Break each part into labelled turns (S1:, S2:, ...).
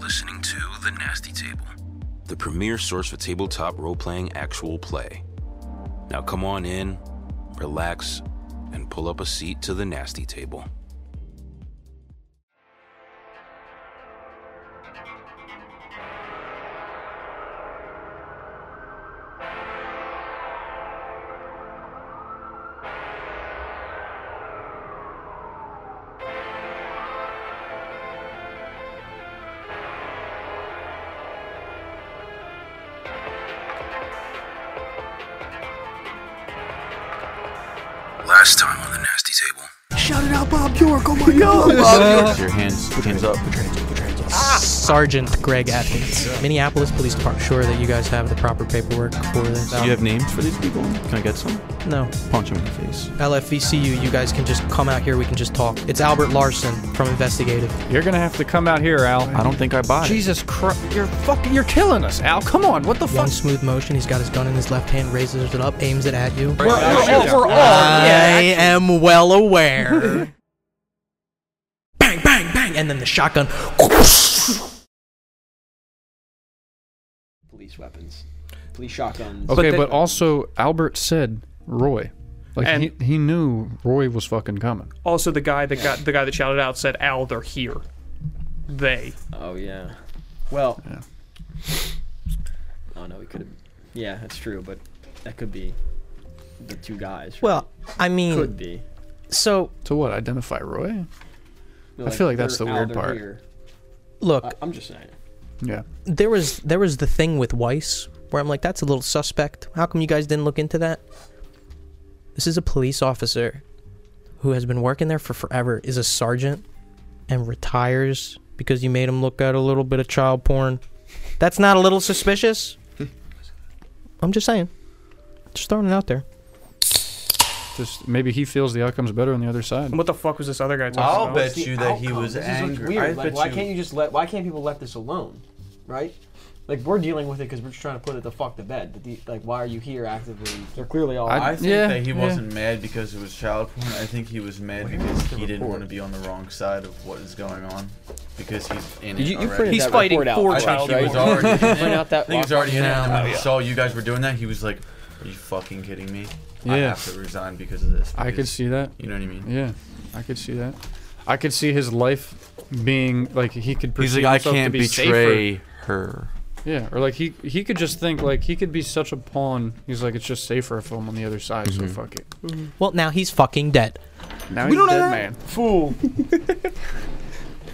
S1: listening to The Nasty Table, the premier source for tabletop role playing actual play. Now come on in, relax, and pull up a seat to the Nasty Table. Last time on The Nasty Table.
S2: Shout it out, Bob York. Oh my God.
S3: Put your hands, hands up.
S4: Sergeant Greg Atkins, Minneapolis Police Department. Sure that you guys have the proper paperwork for this. Um,
S3: Do you have names for these people? Can I get some?
S4: no.
S3: Punch them in the face.
S4: LFVCU, you guys can just come out here. We can just talk. It's Albert Larson from Investigative.
S5: You're gonna have to come out here, Al.
S3: I don't think I bought it.
S5: Jesus Christ, you're fucking, you're killing us, Al. Come on, what the
S4: One
S5: fuck?
S4: smooth motion. He's got his gun in his left hand, raises it up, aims it at you.
S5: We're, we're all, we're all-
S4: I
S5: yeah.
S4: am well aware. bang, bang, bang, and then the shotgun.
S6: police weapons, police shotguns.
S5: Okay,
S3: But they-
S5: but, also Albert said Roy, like
S7: And-
S5: he, he knew Roy was fucking coming.
S7: Also, the guy that got the guy that shouted out said, "Al, they're here." They.
S6: Oh yeah. Well. Oh no, we could have. Yeah, that's true, but that could be the two guys. right?
S4: Well, I mean,
S6: could be.
S4: so
S5: So what? Identify Roy? I feel like that's
S6: they're
S5: the
S6: out,
S5: weird
S6: they're
S5: part.
S6: here.
S4: look,
S6: I- I'm just saying.
S5: Yeah.
S4: there was there was the thing with Weiss where I'm like, that's a little suspect. How come you guys didn't look into that? This is a police officer who has been working there for forever, is a sergeant, and retires because you made him look at a little bit of child porn. That's not a little suspicious. I'm just saying. Just throwing it out there.
S5: Just maybe he feels the outcome's better on the other side.
S7: And what the fuck was this other guy talking
S8: I'll
S7: about?
S8: bet you that he was
S6: this Is what's
S8: angry. I
S6: weird. Like,
S8: bet
S6: why
S8: you,
S6: can't you just let? Why can't people let this alone? Right? Like we're dealing with it because we're just trying to put it the fuck to bed. But the, like, why are you here actively? They're clearly all.
S5: I-
S8: I think
S5: Yeah,
S8: that he
S5: yeah.
S8: wasn't mad because it was child porn. I think he was mad because he didn't want to be on the wrong side of what is going on because he's in it
S6: you, you
S8: already.
S6: printed
S7: He's
S6: that
S7: fighting
S6: report out,
S7: for
S8: I
S6: right?
S8: think
S7: child
S8: he was
S7: porn.
S8: already. In it.
S6: out that
S8: I think he's already in it. And when he
S7: Yeah.
S8: saw you guys were doing that, he was like, "Are you fucking kidding me? I
S5: Yeah.
S8: have to resign because of this."
S5: I could
S8: because-
S5: see that.
S8: You know what I mean?
S5: Yeah, I could see that. I could see his life being like he could.
S3: He's
S5: perceive
S3: like, I
S5: himself to
S3: can't
S5: be safer."
S3: betray her.
S5: Yeah, or like he he could just think like he could be such a pawn. He's like it's just safer if I'm on the other side,
S3: Mhm.
S5: so fuck it.
S4: Well, now he's fucking dead.
S5: Now he's dead man.
S7: Fool.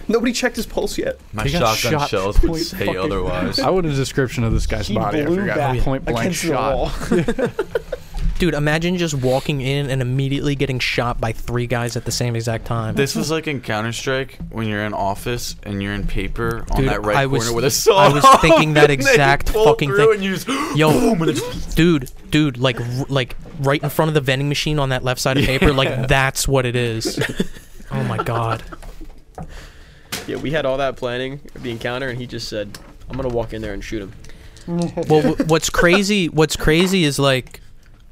S9: Nobody checked his pulse yet.
S8: My
S5: He got
S8: shotgun
S5: shot
S8: shells would
S5: point
S8: say
S5: fucking-
S8: otherwise.
S5: I want a description of this guy's
S6: He
S5: body. I
S6: blew
S5: forgot.
S6: back
S5: Point blank
S9: Against the
S5: shot.
S9: wall.
S4: Dude, imagine just walking in and immediately getting shot by three guys at the same exact time.
S3: This was like in Counter Strike when you're in office and you're in paper on
S4: Dude,
S3: that right
S4: I was-
S3: corner with a saw.
S4: I was thinking
S3: and
S4: that
S3: they
S4: exact
S3: pull
S4: fucking
S3: through
S4: thing.
S3: And you just,
S4: Yo,
S3: boom, and it's-
S4: dude, dude, like, r- like right in front of the vending machine on that left side of paper, like that's what it is. oh my god,
S6: Yeah, we had all that planning of the encounter, and he just said, "I'm gonna walk in there and shoot him."
S4: well, w- what's crazy? What's crazy is like,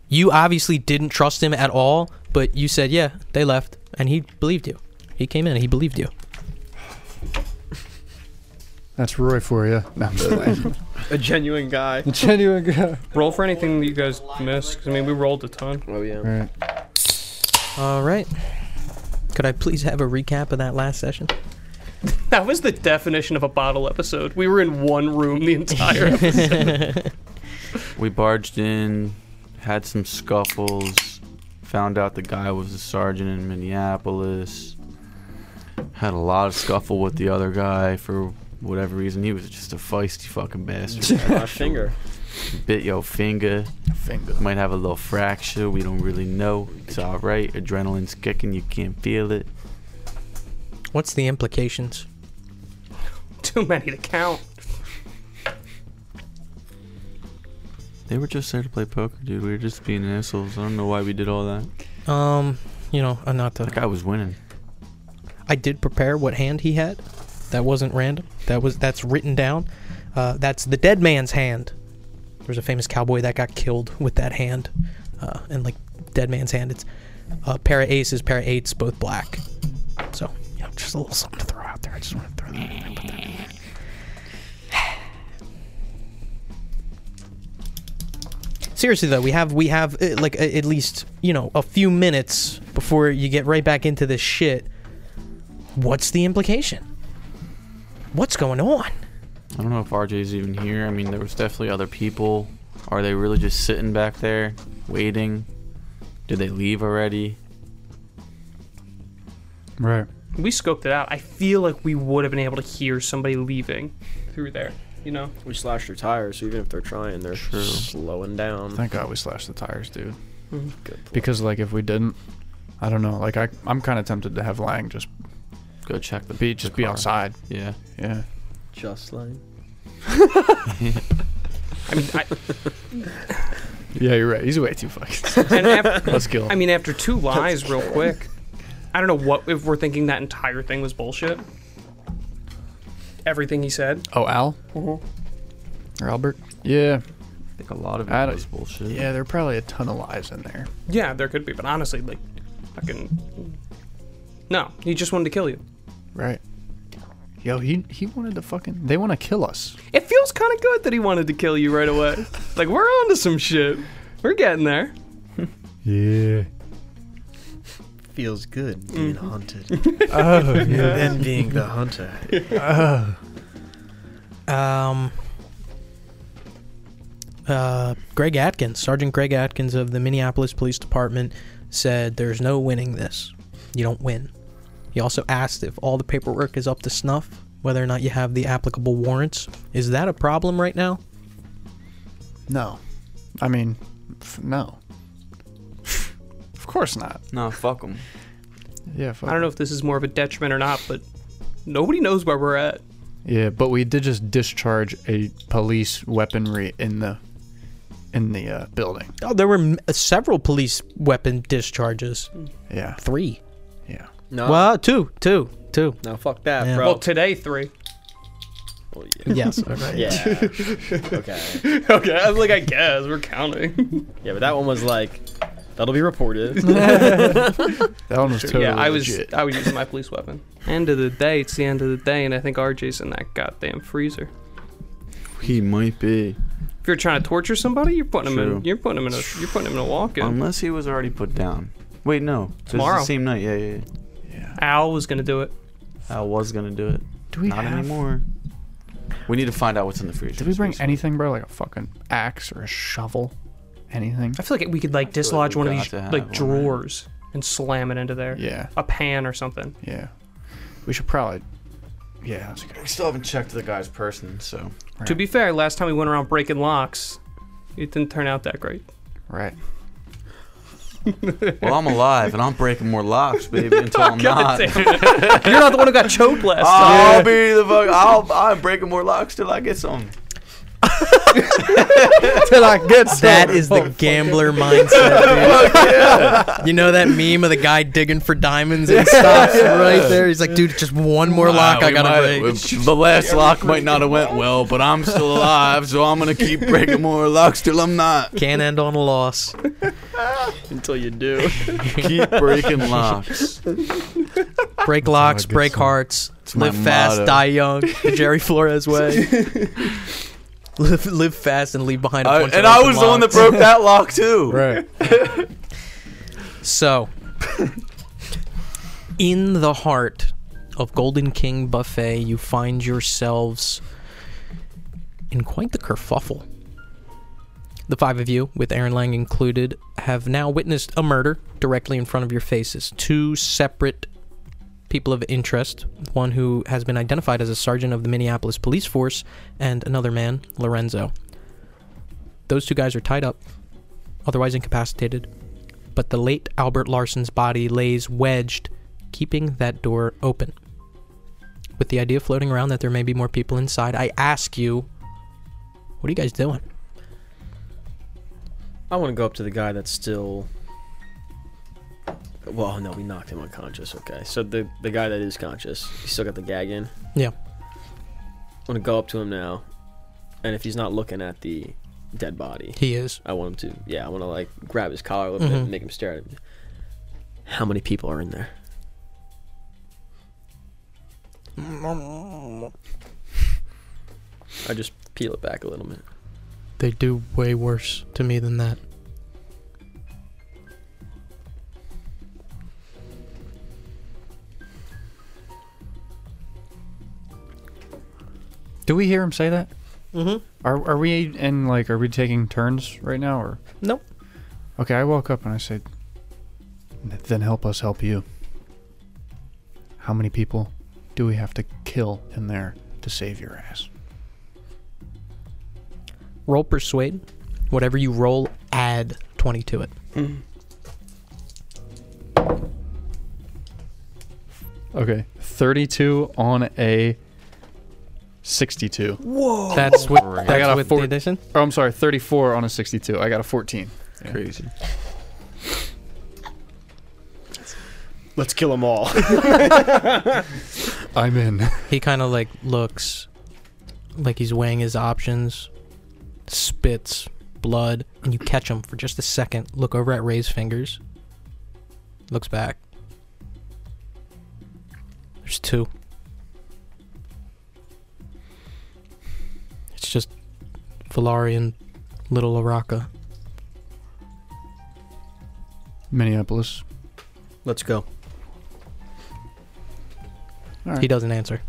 S4: you obviously didn't trust him at all, but you said, yeah, they left, and he believed you. He came in, and he believed you.
S5: That's Roy for you. No, I'm just playing.
S6: A genuine guy.
S5: Genuine guy.
S7: Roll for anything that you guys missed. 'cause, I mean, we rolled a ton.
S6: Oh yeah.
S5: All right.
S4: All right. Could I please have a recap of that last session?
S7: That was the definition of a bottle episode. We were in one room the entire episode.
S3: we barged in, had some scuffles, found out the guy was a sergeant in Minneapolis, had a lot of scuffle with the other guy for whatever reason. He was just a feisty fucking bastard.
S6: My finger.
S3: Bit your finger.
S5: Finger.
S3: Might have a little fracture. We don't really know. It's all right. Adrenaline's kicking. You can't feel it.
S4: What's the implications?
S7: Too many to count.
S3: They were just there to play poker, dude. We were just being assholes. I don't know why we did all that.
S4: Um, you know, uh, not to.
S3: That guy was winning.
S4: I did prepare what hand he had. That wasn't random. That was that's written down. Uh, that's the dead man's hand. There was a famous cowboy that got killed with that hand, uh, and like dead man's hand, it's uh, pair of aces, pair of eights, both black. So you know, just a little something to throw out there. I just want to throw that. In there, put that in there. seriously though, we have we have uh, like a, at least you know a few minutes before you get right back into this shit. What's the implication? What's going on?
S3: I don't know if RJ's even here. I mean, there was definitely other people. Are they really just sitting back there, waiting? Did they leave already?
S5: Right.
S7: We scoped it out. I feel like we would have been able to hear somebody leaving through there. You know,
S6: We slashed your tires, so even if they're trying, they're
S3: True.
S6: slowing down.
S5: Thank God we slashed the tires, dude.
S6: Good point.
S5: Because like if we didn't, I don't know. Like I, I'm kind of tempted to have Lang just
S3: Go check the
S5: be just
S3: the
S5: be
S3: car.
S5: outside.
S3: Yeah.
S5: Yeah.
S6: just like
S7: I mean, I,
S5: Yeah, you're right. He's way too fucking.
S7: and af-
S5: Let's kill him.
S7: I mean, after two lies, real quick. I don't know what if we're thinking that entire thing was bullshit. Everything he said.
S5: oh, Al or Albert. Mm-hmm. Yeah.
S3: I think a lot of
S5: I
S3: it
S5: don't-
S3: was bullshit.
S5: Yeah, there are probably a ton of lies in there.
S7: Yeah, there could be, but honestly, like, fucking. No, he just wanted to kill you.
S5: Right. Yo, he he wanted to fucking. They want to kill us.
S7: It feels kind of good that he wanted to kill you right away. like we're onto some shit. We're getting there.
S5: Yeah.
S9: Feels good being hunted.
S5: Oh yeah.
S9: then being the hunter.
S4: Um. Uh, Greg Atkins, Sergeant Greg Atkins of the Minneapolis Police Department, said there's no winning this. You don't win. He also asked if all the paperwork is up to snuff, whether or not you have the applicable warrants. Is that a problem right now?
S5: No. I mean, f- no. of course not.
S3: No, fuck them.
S5: Yeah. Fuck
S7: I don't know if this is more of a detriment or not, but nobody knows where we're at.
S5: Yeah, but we did just discharge a police weaponry in the in the uh, building.
S4: Oh, there were m- several police weapon discharges.
S5: Yeah,
S4: Three.
S5: yeah.
S9: Uh.
S6: no,
S4: Well, two, two, two.
S6: no, fuck that,
S4: Yeah.
S6: bro.
S7: Well, today three.
S6: Well, yeah.
S4: Yes. okay.
S6: Yeah. okay.
S7: okay, I was like, I guess we're counting.
S6: Yeah, but that one was like, that'll be reported.
S5: That one was totally
S7: yeah, I was
S5: legit.
S7: I was using my police weapon. End of the day, it's the end of the day, and I think RJ's in that goddamn freezer.
S3: He might be.
S7: If you're trying to torture somebody, you're putting him
S3: True. Um,
S7: in. You're putting him in a. You're putting him in a walk-in.
S3: Unless he was already put down. Wait, no. This is
S7: Tomorrow.
S3: the same night. Yeah, yeah. yeah.
S7: Al was gonna do it.
S3: I was gonna do it.
S5: Do we
S3: Not
S5: have-
S3: anymore. We need to find out what's in the freezer.
S5: Did we bring
S3: Seriously.
S5: anything, bro? Like a fucking axe or a shovel? Anything?
S7: I feel like we could like dislodge
S3: we
S7: one of
S3: got
S7: these
S3: to have
S7: like
S3: one, right?
S7: drawers and slam it into there.
S5: Yeah,
S7: A pan or something.
S5: yeah. We should probably. Yeah, that's a good.
S8: We
S5: idea.
S8: still haven't checked the
S3: Guy's person. So
S7: To be fair, last time we went around breaking locks, it didn't turn out that great.
S5: Right.
S3: well, I'm alive and I'm breaking more locks, baby. Until I'm
S7: God
S3: not. Oh.
S7: damn it. You're not the one who got choked last time.
S3: I'll be the fuck. I'll I'm breaking more locks till I get some.
S5: Till I get
S4: That is the gambler mindset. Dude. you know that meme of the guy digging for diamonds and stops right there. He's like, dude, just one more
S3: Ah,
S4: lock I gotta break.
S3: The last lock might not have went well, but I'm still alive, so I'm gonna keep breaking more locks till I'm not.
S4: Can't end on a loss.
S6: Until you do.
S3: Keep breaking locks.
S4: Break locks,
S5: good
S4: break
S5: song.
S4: hearts,
S3: my
S4: live fast,
S3: motto.
S4: die young. The Jerry Flores way. live, live fast and leave behind a
S3: I-
S4: bunch
S3: and
S4: of
S3: I
S4: open
S3: was the one that
S4: locks.
S3: broke that lock too.
S5: Right.
S4: So, in the heart of Golden King Buffet, you find yourselves in quite the kerfuffle. The five of you, with Aaron Lang included, have now witnessed a murder directly in front of your faces. Two separate people of interest one who has been identified as a sergeant of the Minneapolis police force, and another man, Lorenzo. Those two guys are tied up, otherwise incapacitated but the late Albert Larson's body lays wedged, keeping that door open. With the idea floating around that there may be more people inside, I ask you, what are you guys doing?
S6: I want to go up to the guy that's still. Well, no, we knocked him unconscious. Okay, so the the guy that is conscious, he's still got the gag in.
S4: Yeah.
S6: I want to go up to him now, and if he's not looking at the dead body,
S4: He is.
S6: I want him to. Yeah, I want to like grab his collar a little bit
S4: Mhm.
S6: and make him stare at me. How many people are in there? I just peel it back a little bit.
S4: They do way worse to me than that.
S5: Do we hear him say that?
S4: Mm-hmm.
S5: Are are we in like are we taking turns right now or?
S4: Nope.
S5: Okay, I woke up and I said, "Then help us help you." How many people do we have to kill in there to save your ass?
S4: Roll persuade. Whatever you roll, add 20 to it.
S5: Okay, thirty-two on a sixty-two.
S4: That's with,
S3: Great.
S4: that's
S5: I got a
S4: with
S5: four-
S4: the addition.
S5: Oh, I'm sorry, thirty-four on a sixty-two. I got a fourteen.
S3: Crazy.
S9: Let's kill them all.
S5: I'm in.
S4: He kind of like looks like he's weighing his options, spits blood, and you catch him for just a second. Look over at Ray's fingers. Looks back. There's two. It's just Valarian Little Araka.
S5: Minneapolis.
S9: Let's go.
S4: He doesn't answer.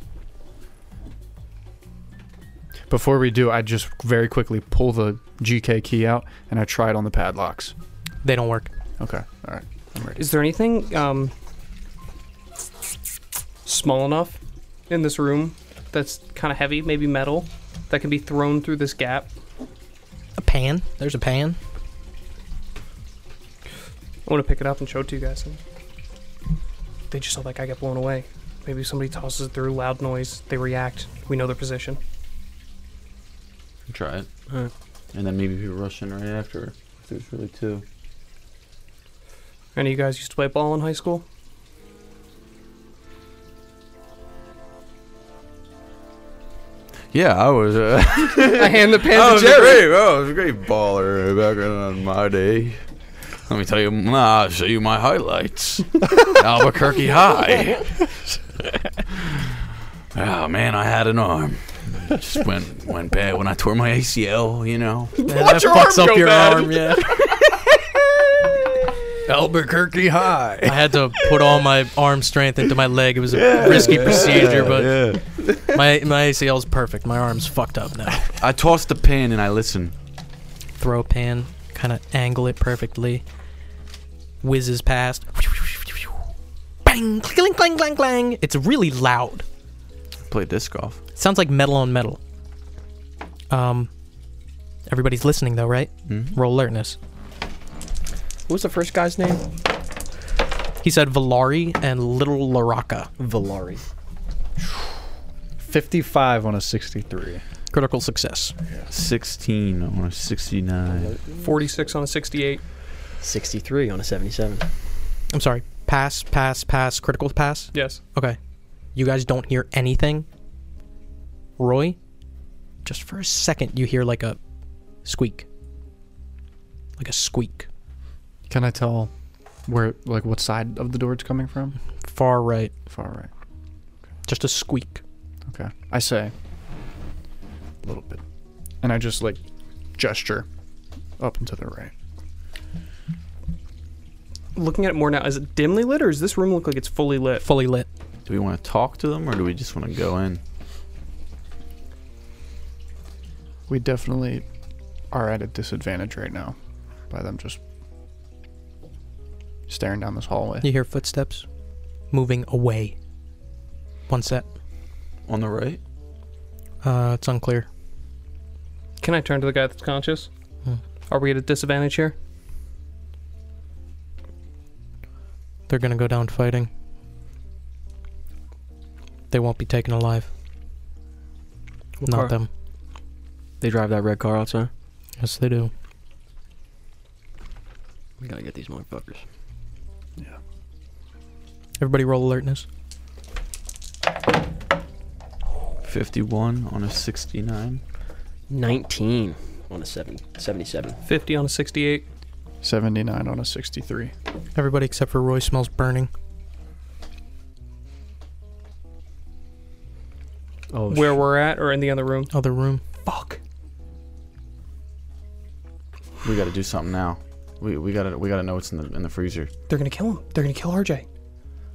S5: Before we do, I just very quickly pull the GK key out and I try it on the padlocks.
S4: They don't work.
S5: Okay, all right, I'm ready.
S7: Is there anything um, small enough in this room that's kind of heavy, maybe metal, that can be thrown through this gap?
S4: A pan. There's a pan.
S7: I want to pick it up and show it to you guys. They just saw that guy get blown away. Maybe somebody tosses it through, loud noise. They react. We know their position.
S3: Try it.
S7: Alright.
S3: And then maybe we rush in right after. If there's really two.
S7: Any of you guys used to play ball in high school?
S3: Yeah, I was. Uh,
S7: I hand the
S3: I
S7: pants
S3: Oh, was
S7: to Jerry.
S3: great. I was a great baller back in my day. Let me tell you, nah, I'll show you my highlights. Albuquerque High. oh man, I had an arm. It Just went went bad when I tore my ACL. You know,
S4: Watch
S7: your arm go bad.
S4: yeah.
S3: Albuquerque High.
S4: I had to put all my arm strength into my leg. It was a risky procedure, but
S3: yeah.
S4: my my ACL's perfect. My arm's fucked up now.
S3: I tossed the pin and I listened.
S4: Throw a pan, kind of angle it perfectly. Whizzes past. Bang! Clang! Clang! Clang! Clang! It's really loud.
S3: Play disc golf.
S4: sounds like metal on metal. Um, everybody's listening though, right?
S3: Mhm.
S4: Roll alertness.
S7: What was the first guy's name?
S4: He said Valari and Little Laraka.
S5: Valari. 55 on a 63.
S4: Critical success.
S3: 16 or 69.
S7: 46 on a 68.
S9: 63 on a 77.
S4: I'm sorry. Pass, pass, pass, critical pass.
S7: Yes.
S4: Okay. You guys don't hear anything. Roy, just for a second, you hear like a squeak. Like a squeak.
S5: Can I tell where, like, what side of the door it's coming from?
S4: Far right.
S5: Far right.
S4: Just a squeak.
S5: Okay. I say, a little bit. And I just, like, gesture up and to the right.
S7: Looking at it more now, is it dimly lit or does this room look like it's fully lit?
S4: Fully lit.
S3: Do we want to talk to them or do we just want to go in?
S5: We definitely are at a disadvantage right now by them just staring down this hallway.
S4: You hear footsteps moving away. One set.
S3: On the right?
S4: Uh, it's unclear.
S7: Can I turn to the guy that's conscious?
S4: Hmm.
S7: Are we at a disadvantage here?
S4: They're gonna go down fighting. They won't be taken alive.
S7: What
S4: Not
S7: car-
S4: them.
S10: They drive that red car outside.
S4: Yes, they do.
S10: We gotta get these motherfuckers.
S4: Everybody roll alertness.
S3: 51 on a 69.
S10: 19 on a seven, 77.
S7: 50 on a 68.
S5: 79 on a 63.
S4: Everybody except for Roy smells burning.
S9: Oh,
S7: Oh, Where we're at or in the other room?
S4: Other room.
S7: Fuck.
S3: we got to do something now. We we got to we got to know what's in the in the freezer.
S7: They're gonna kill him. They're gonna kill RJ.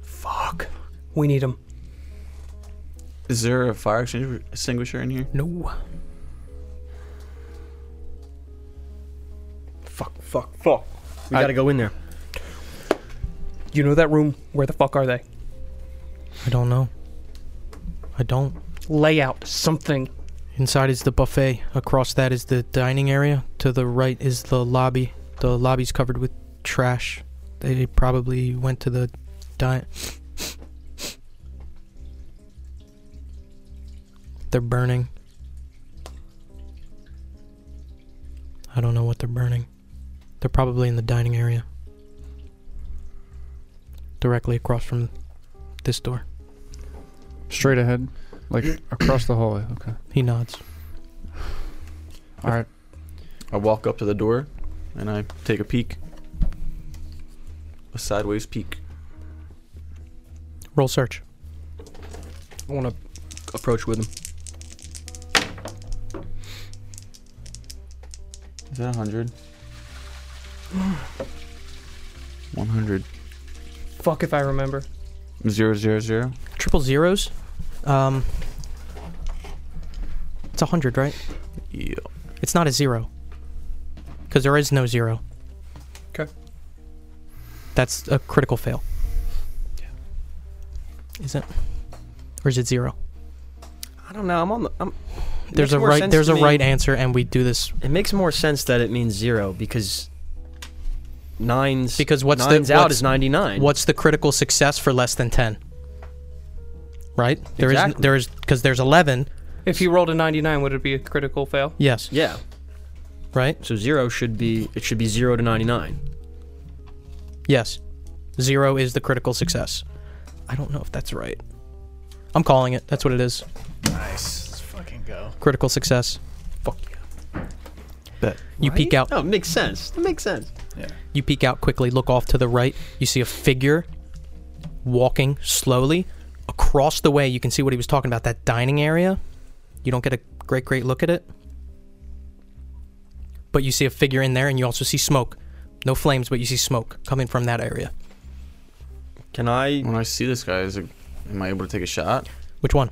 S7: Fuck. We need him.
S3: Is there a fire extingu- extinguisher in here?
S4: No.
S7: Fuck. Fuck. Fuck.
S9: We gotta go in there.
S7: You know that room? Where the fuck are they?
S4: I don't know. I don't.
S7: Layout. Something.
S4: Inside is the buffet. Across that is the dining area. To the right is the lobby. The lobby's covered with trash. They probably went to the di They're burning. I don't know what they're burning. They're probably in the dining area. Directly across from this door.
S5: Straight ahead, like across the hallway. Okay.
S4: He nods.
S5: All right.
S3: I walk up to the door, and I take a peek. A sideways peek.
S4: Roll search.
S9: I want to approach with him.
S3: Is that 100? 100.
S7: Fuck if I remember.
S3: Zero, zero, zero.
S4: Triple zeros. Um, it's a hundred, right?
S3: Yeah.
S4: It's not a zero. Because there is no zero.
S7: Okay.
S4: That's a critical fail. Is it? Or is it zero?
S9: I don't know. I'm on the. I'm, it
S4: There's
S9: makes
S4: a
S9: more
S4: right.
S9: sense
S4: There's
S9: to
S4: a
S9: me-
S4: right answer, and we do this
S9: It makes more sense that it means zero because nines.
S4: because what's
S9: nines
S4: the
S9: out
S4: what's-
S9: is ninety nine.
S4: What's the critical success for less than ten? Right. There is
S9: Exactly.
S4: there is because there's eleven.
S7: If he rolled a 99, would it be a critical fail?
S4: Yes.
S9: Yeah.
S4: Right.
S9: So zero should be it should be zero to ninety nine.
S4: Yes. Zero is the critical success. I don't know if that's right. I'm calling it. That's what it is.
S8: Nice. Let's fucking go.
S4: Critical success.
S9: Fuck yeah.
S3: Bet.
S4: You peek out.
S9: No, Oh, it makes sense. It makes sense.
S8: Yeah.
S4: You peek out quickly, look off to the right. You see a figure walking slowly across the way. You can see what he was talking about that dining area. You don't get a great, great look at it. But you see a figure in there, and you also see smoke. No flames, but you see smoke coming from that area.
S9: Can I?
S3: When I see this guy, is it, am I able to take a shot?
S4: Which one?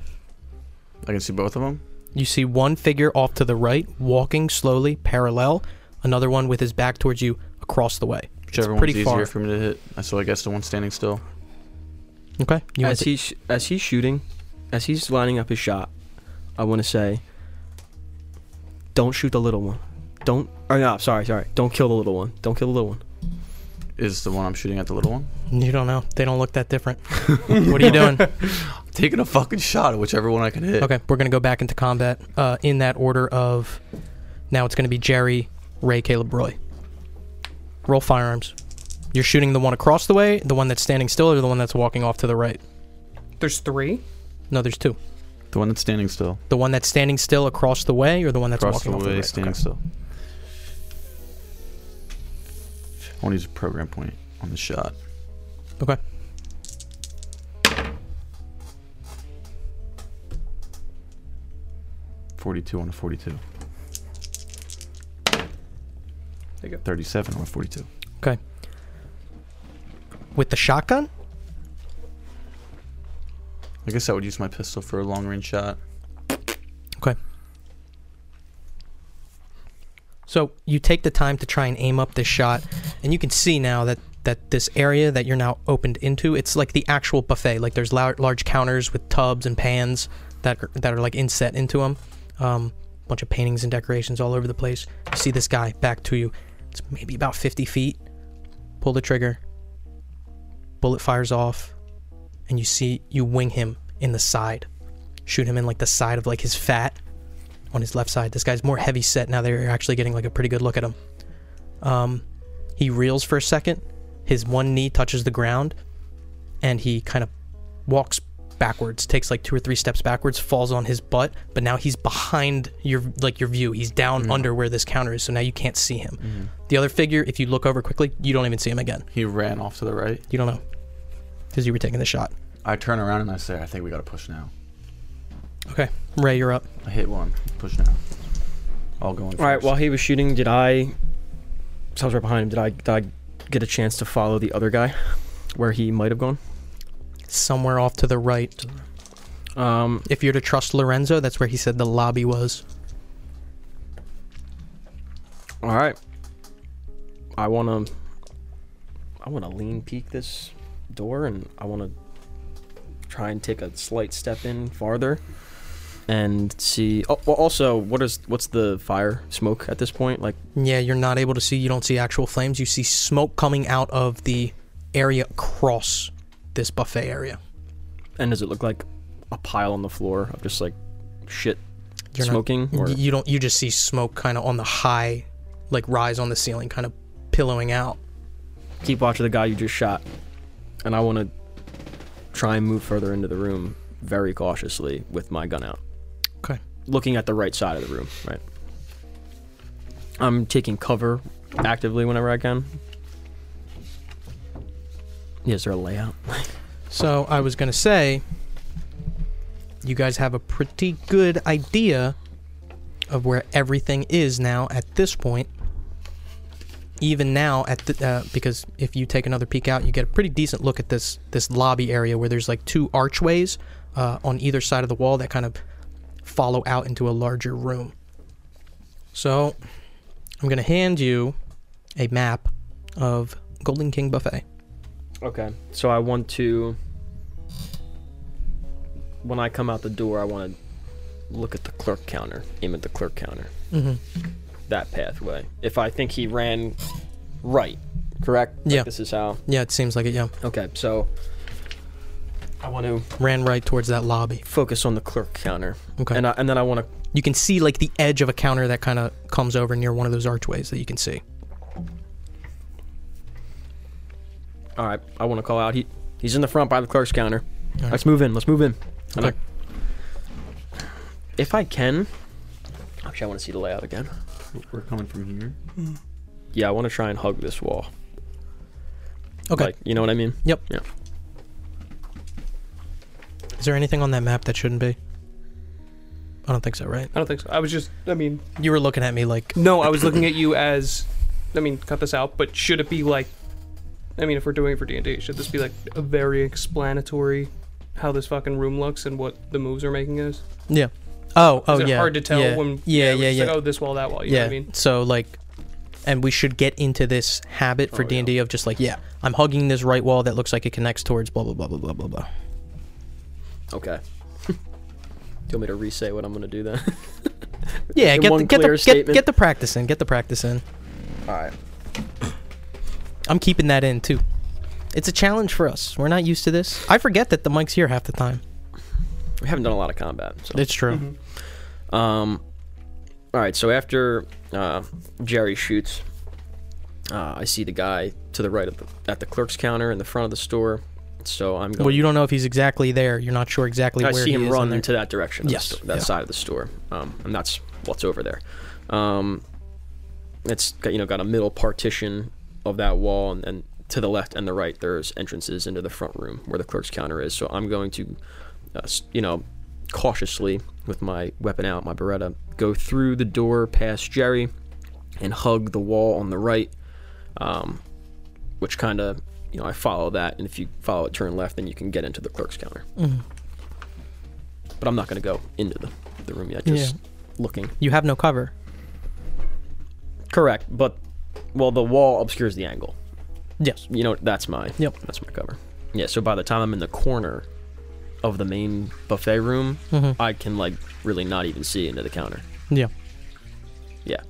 S3: I can see both of them.
S4: You see one figure off to the right, walking slowly, parallel. Another one with his back towards you, across the way.
S3: Whichever one's
S4: pretty
S3: easier
S4: far.
S3: for me to hit. So I guess the one standing still.
S4: Okay. You want
S9: as
S4: to-
S9: he sh- as he's shooting, as he's lining up his shot, I want to say, don't shoot the little one. Don't. Or no, sorry, sorry. Don't kill the little one. Don't kill the little one.
S3: Is the one I'm shooting at the little one?
S4: you don't know. They don't look that different. what are you doing?
S3: Taking a fucking shot at whichever one I can hit.
S4: Okay, we're gonna go back into combat uh, in that order of. Now it's gonna be Jerry, Ray, Caleb, Roy. Roll firearms. You're shooting the one across the way, the one that's standing still, or the one that's walking off to the right.
S7: There's three.
S4: No, there's two.
S3: The one that's standing still.
S4: The one that's standing still across the way, or the one that's
S3: Across the
S4: walking off
S3: way,
S4: to the
S3: standing
S4: right. Okay.
S3: still. I want to use a program point on the shot.
S4: Okay.
S3: Forty-two on a forty-two.
S7: There you go.
S3: Thirty-seven on a forty-two.
S4: Okay. With the shotgun,
S3: I guess I would use my pistol for a long-range shot.
S4: so you take the time to try and aim up this shot, and you can see now that that this area that you're now opened into, it's like the actual buffet. Like there's lar- large counters with tubs and pans that are, that are like inset into them. Um, bunch of paintings and decorations all over the place. You see this guy back to you. It's maybe about 50 feet. Pull the trigger. Bullet fires off, and you see you wing him in the side. Shoot him in like the side of like his fat on his left side. This guy's more heavy set now. They're actually getting like a pretty good look at him. Um, he reels for a second. His one knee touches the ground, and he kind of walks backwards. Takes like two or three steps backwards. Falls on his butt, but now he's behind your like your view. He's down under where this counter is, so now you can't see him. The other figure, if you look over quickly, you don't even see him again.
S3: He ran off to the right.
S4: You don't know because you were taking the shot.
S3: I turn around and I say, "I think we gotta push now."
S4: Okay, Ray, you're up.
S3: I hit one. Push now. I'll go in.
S9: All right.
S3: first.
S9: While he was shooting, did I so I was right behind him. Did I did I get a chance to follow the other guy, where he might have gone?
S4: Somewhere off to the right.
S9: Um,
S4: if you're to trust Lorenzo, that's where he said the lobby was.
S9: All right. I want to. I want to lean peek this door, and I want to try and take a slight step in farther, and see. Oh, well, also, what is what's the fire smoke at this point? Like,
S4: Yeah, you're not able to see. You don't see actual flames. You see smoke coming out of the area across this buffet area.
S9: and does it look like a pile on the floor of just like shit
S4: You're not-
S9: smoking?
S4: y- you don't. You just see smoke kind of on the high, like rise on the ceiling, kind of pillowing out.
S9: keep watch of the guy you just shot, and I want to try and move further into the room very cautiously with my gun out.
S4: Okay.
S9: Looking at the right side of the room, right. I'm taking cover actively whenever I can. Yeah, is there a layout?
S4: So I was gonna say, you guys have a pretty good idea of where everything is now at this point. Even now, at the uh, because if you take another peek out, you get a pretty decent look at this this lobby area where there's like two archways uh, on either side of the wall that kind of follow out into a larger room. So, I'm gonna hand you a map of Golden King Buffet.
S9: Okay. So I want to. When I come out the door, I want to look at the clerk counter, aim at the clerk counter.
S4: Mhm.
S9: That pathway. If I think he ran right, correct? Like,
S4: Yeah.
S9: This is how.
S4: Yeah, it seems like it. Yeah,
S9: Okay, so I want to
S4: ran right towards that lobby.
S9: focus on the clerk counter.
S4: Okay.
S7: uh,
S9: And, I, and then I want to
S4: you can see like the edge of a counter that kind of comes over near one of those archways that you can see.
S9: All right, I want to call out. He he's in the front by the clerk's counter.
S4: right.
S9: Let's move in. Let's move in. And
S4: Okay.
S9: I- if I can, actually, I want to see the layout again.
S3: We're coming from here.
S9: Yeah, I want to try and hug this wall.
S4: Okay.
S9: Like, you know what I mean?
S4: Yep.
S9: Yeah.
S4: Is there anything on that map that shouldn't be? I don't think so, right?
S7: I don't think so. I was just. I mean,
S4: You were looking at me like
S7: no. I was looking at you as. I mean, cut this out. But should it be like? I mean, if we're doing it for D and D, should this be like a very explanatory, how this fucking room looks and what the moves are making is?
S4: Yeah. Oh, oh
S7: is it
S4: yeah.
S7: Hard to tell
S4: yeah.
S7: when.
S4: Yeah,
S7: it's
S4: yeah, yeah.
S7: Like, oh, this wall, that wall. You know
S4: yeah.
S7: what I mean?
S4: So like and we should get into this habit for
S9: Oh,
S4: D&D of just like, yeah, I'm hugging this right wall that looks like it connects towards blah blah blah blah blah blah blah.
S9: Okay. do you want me to re-say what I'm gonna do then?
S4: Yeah,
S9: In
S4: get the,
S9: one
S4: get
S9: clear
S4: the get,
S9: statement.
S4: get the practice in. Get the practice in.
S9: All right.
S4: I'm keeping that in too. It's a challenge for us. We're not used to this. I forget that the mic's here half the time.
S9: We haven't done a lot of combat. So.
S4: It's true.
S9: Mm-hmm. Um, all right, so after uh, Jerry shoots, uh, I see the guy to the right of the, at the clerk's counter in the front of the store. So I'm going.
S4: Well, you don't know if he's exactly there. You're not sure exactly
S9: I
S4: where
S9: see
S4: he
S9: him
S4: is
S9: run
S4: in there.
S9: into that direction, of the
S4: Yes,
S9: sto- that
S4: yeah.
S9: side of the store, um, and that's what's over there. Um, it's got, you know got a middle partition of that wall, and, and to the left and the right, there's entrances into the front room where the clerk's counter is. So I'm going to, uh, s- you know, cautiously with my weapon out, my Beretta, go through the door past Jerry, and hug the wall on the right, um, which kind of. You know, I follow that, and if you follow it, turn left, then you can get into the clerk's counter but I'm not going to go into the, the room yet. Just looking.
S4: You have no cover.
S9: Correct, but well, the wall obscures the angle.
S4: Yes.
S9: You know, that's my
S4: Yep.
S9: that's my cover. Yeah. So by the time I'm in the corner of the main buffet room,
S4: Mhm.
S9: I can like really not even see into the counter.
S4: Yeah.
S9: Yeah.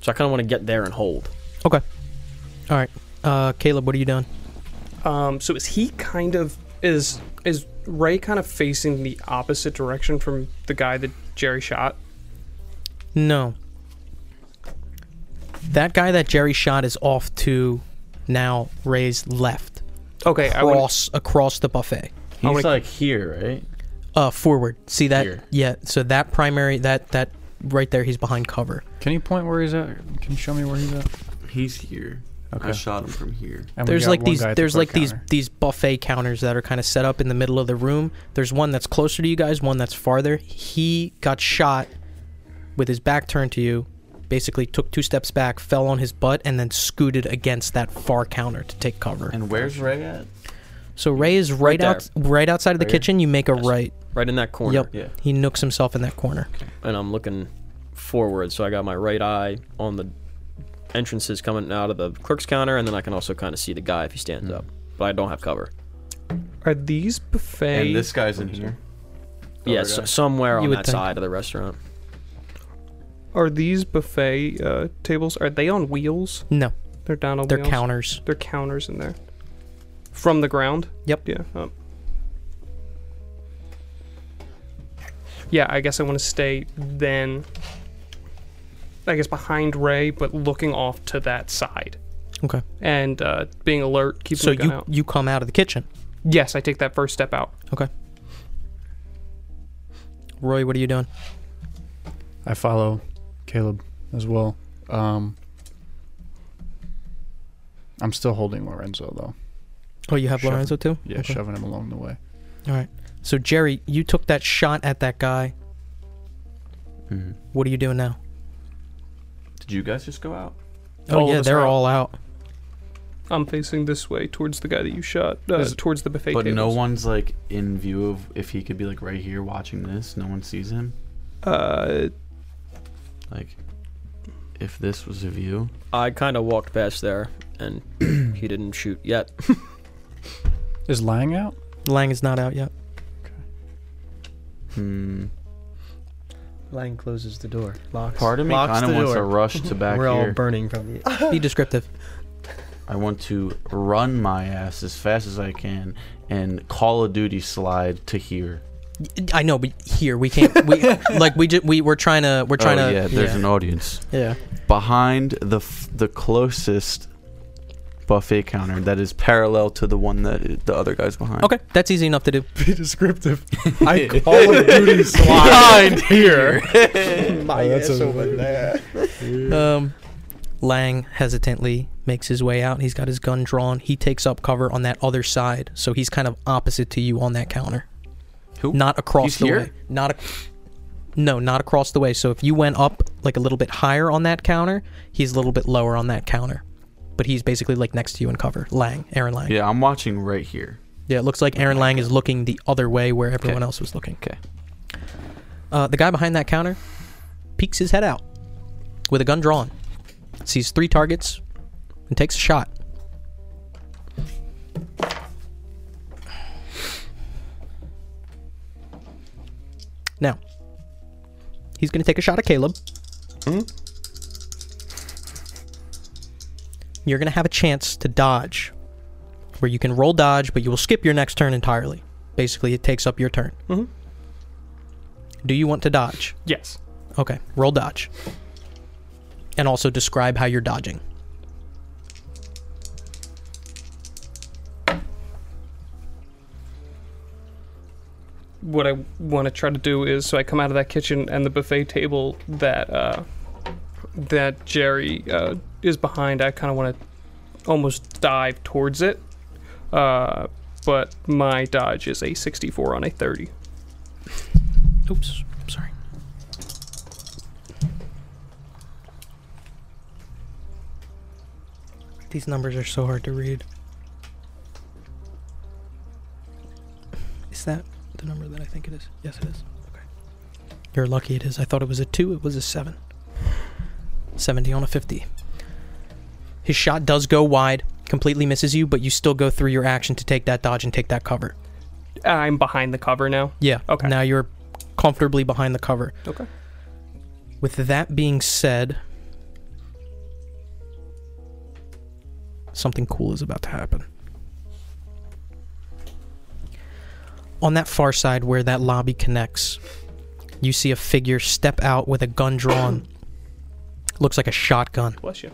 S9: So I kind of want to get there and hold.
S4: Okay. All right. Uh, Caleb, what are you doing?
S7: Um, so is he kind of is is Ray kind of facing the opposite direction from the guy that Jerry shot?
S4: No. That guy that Jerry shot is off to now Ray's left,
S7: Okay, I want
S4: cross across the buffet,
S7: I
S8: He's
S7: wanna-
S8: like here, right?
S4: uh, forward. See that?
S8: Here.
S4: Yeah. So that primary, that that right there, he's behind cover.
S5: Can you point where he's at? Can you show me where he's at?
S3: He's here.
S5: Okay.
S3: I shot him from here.
S5: And we
S4: there's
S5: got
S4: like
S5: one
S4: these
S5: guy at the
S4: there's
S5: front
S4: like these
S5: counter.
S4: these buffet counters that are kind of set up in the middle of the room. There's one that's closer to you guys, one that's farther. He got shot with his back turned to you basically took two steps back, fell on his butt, and then scooted against that far counter to take cover.
S3: And where's Ray at?
S4: So Ray is right,
S9: Right there.
S4: out, right outside of the
S9: Right here?
S4: kitchen. You make a right.
S9: Right in that corner.
S4: Yep. He nooks himself in that corner.
S9: and I'm looking forward. So I got my right eye on the entrances coming out of the clerk's counter, and then I can also kind of see the guy if he stands
S4: Mm.
S9: up. But I don't have cover.
S7: Are these buffet?
S8: And this guy's in here.
S9: yeah,
S8: Cover
S9: so,
S8: guy.
S9: somewhere
S4: You
S9: on
S4: would
S9: that
S4: think.
S9: side of the restaurant.
S7: Are these buffet uh, tables? Are they on wheels?
S4: No,
S7: They're down on
S4: they're
S7: wheels.
S4: counters.
S7: They're counters in there. From the ground.
S4: Yep.
S7: Yeah. Up. Yeah, I guess I want to stay then. I guess behind Ray, but looking off to that side
S4: Okay.
S7: and uh, being alert, keeping
S4: So
S7: the gun
S4: you
S7: out.
S4: you come out of the kitchen.
S7: Yes, I take that first step out.
S4: Okay. Roy, what are you doing?
S5: I follow Caleb as well. Um, I'm still holding Lorenzo though.
S4: Oh, you have
S5: Shoving.
S4: Lorenzo too.
S5: Yeah,
S4: Okay.
S5: shoving him along the way.
S4: All right. So Jerry, you took that shot at that guy.
S3: Mhm.
S4: What are you doing now?
S8: Did you guys just go out?
S4: Oh
S7: All
S4: yeah,
S7: this
S4: they're
S7: route.
S4: all out.
S7: I'm facing this way towards the guy that you shot, uh,
S3: Is-
S7: towards the buffet
S3: But
S7: tables.
S3: no one's like in view of if he could be like right here watching this. No one sees him.
S7: Uh,
S3: Like, if this was a view,
S9: I kind of walked past there, and he didn't shoot yet.
S5: Is lying out?
S4: Lang is not out yet.
S3: hmm.
S10: Lang closes the door. Locks.
S3: Part of me
S10: locks
S3: kind of
S10: the
S3: wants to
S10: door.
S3: rush to back
S10: We're all
S3: here.
S10: burning from the.
S4: Be descriptive.
S3: I want to run my ass as fast as I can and Call of Duty slide to here.
S4: I know, but here we can't. We like we just we we're trying to we're trying
S3: oh,
S4: to
S3: yeah, there's an audience
S4: yeah.
S3: behind the f- the closest buffet counter that is parallel to the one that i- the other guy's behind.
S4: Okay, that's easy enough to do.
S5: Be descriptive. I Call of Duty
S3: Behind here.
S10: My
S5: Oh, that's
S10: ass
S5: a-
S10: over there.
S3: Mm.
S4: Um, Lang hesitantly makes his way out. He's got his gun drawn. He takes up cover on that other side, so he's kind of opposite to you on that counter.
S3: Who?
S4: Not across
S3: He's
S4: the
S3: here?
S4: way. Not. A- no, not across the way. So if you went up like a little bit higher on that counter, he's a little bit lower on that counter. But he's basically like next to you in cover. Lang, Aaron Lang.
S3: Yeah, I'm watching right here.
S4: Yeah, it looks like Aaron Lang is looking the other way where everyone else was looking.
S3: Okay.
S4: Uh, the guy behind that counter peeks his head out with a gun drawn, sees three targets, and takes a shot. Now, he's going to take a shot at Caleb.
S3: Hmm?
S4: You're going to have a chance to dodge where you can roll dodge, but you will skip your next turn entirely. Basically, it takes up your turn.
S7: Mhm.
S4: Do you want to dodge?
S7: yes.
S4: Okay, roll dodge. And also describe how you're dodging.
S7: What I want to try to do is, so I come out of that kitchen and the buffet table that uh, that Jerry uh, is behind. I kind of want to almost dive towards it, uh, but my dodge is a 64 on a 30.
S4: Oops, sorry. These numbers are so hard to read. Is that the number that I think it is? Yes, it is. Okay. You're lucky it is. I thought it was a 2, it was a 7. 70 on a 50. His shot does go wide, completely misses you, but you still go through your action to take that dodge and take that cover.
S7: I'm behind the cover now.
S4: Yeah.
S7: Okay.
S4: Now you're comfortably behind the cover.
S7: Okay.
S4: With that being said, something cool is about to happen. On that far side where that lobby connects, you see a figure step out with a gun drawn. Looks like a shotgun.
S7: Bless you.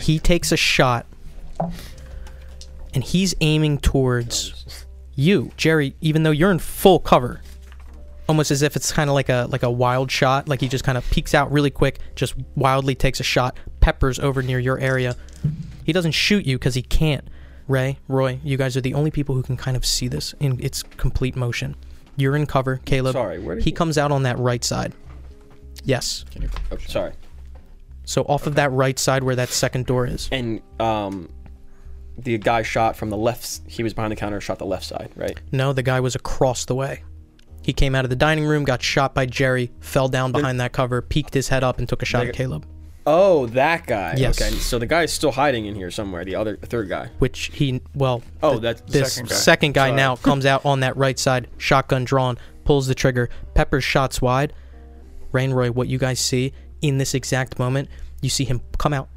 S4: He takes a shot and he's aiming towards you, Jerry, even though you're in full cover. Almost as if it's kind of like a like a wild shot, like he just kind of peeks out really quick, just wildly takes a shot, peppers over near your area. He doesn't shoot you cuz he can't. Ray, Roy, you guys are the only people who can kind of see this in its complete motion. You're in cover, Caleb.
S10: Sorry, where did
S4: he
S10: you-
S4: comes out on that right side. Yes.
S10: Oh, sorry.
S4: So off of that right side where that second door is.
S10: And um, the guy shot from the left. s- He was behind the counter, shot the left side, right?
S4: No, the guy was across the way. He came out of the dining room, got shot by Jerry, fell down behind that cover, peeked his head up, and took a shot at Caleb,
S10: Oh, that guy.
S4: Yes.
S10: Okay. So the guy is still hiding in here somewhere. The other, the third guy.
S4: which he, well,
S10: Oh, that's
S4: this second guy, now comes out on that right side, shotgun drawn, pulls the trigger, peppers shots wide. Rainroy, what you guys see in this exact moment, you see him come out,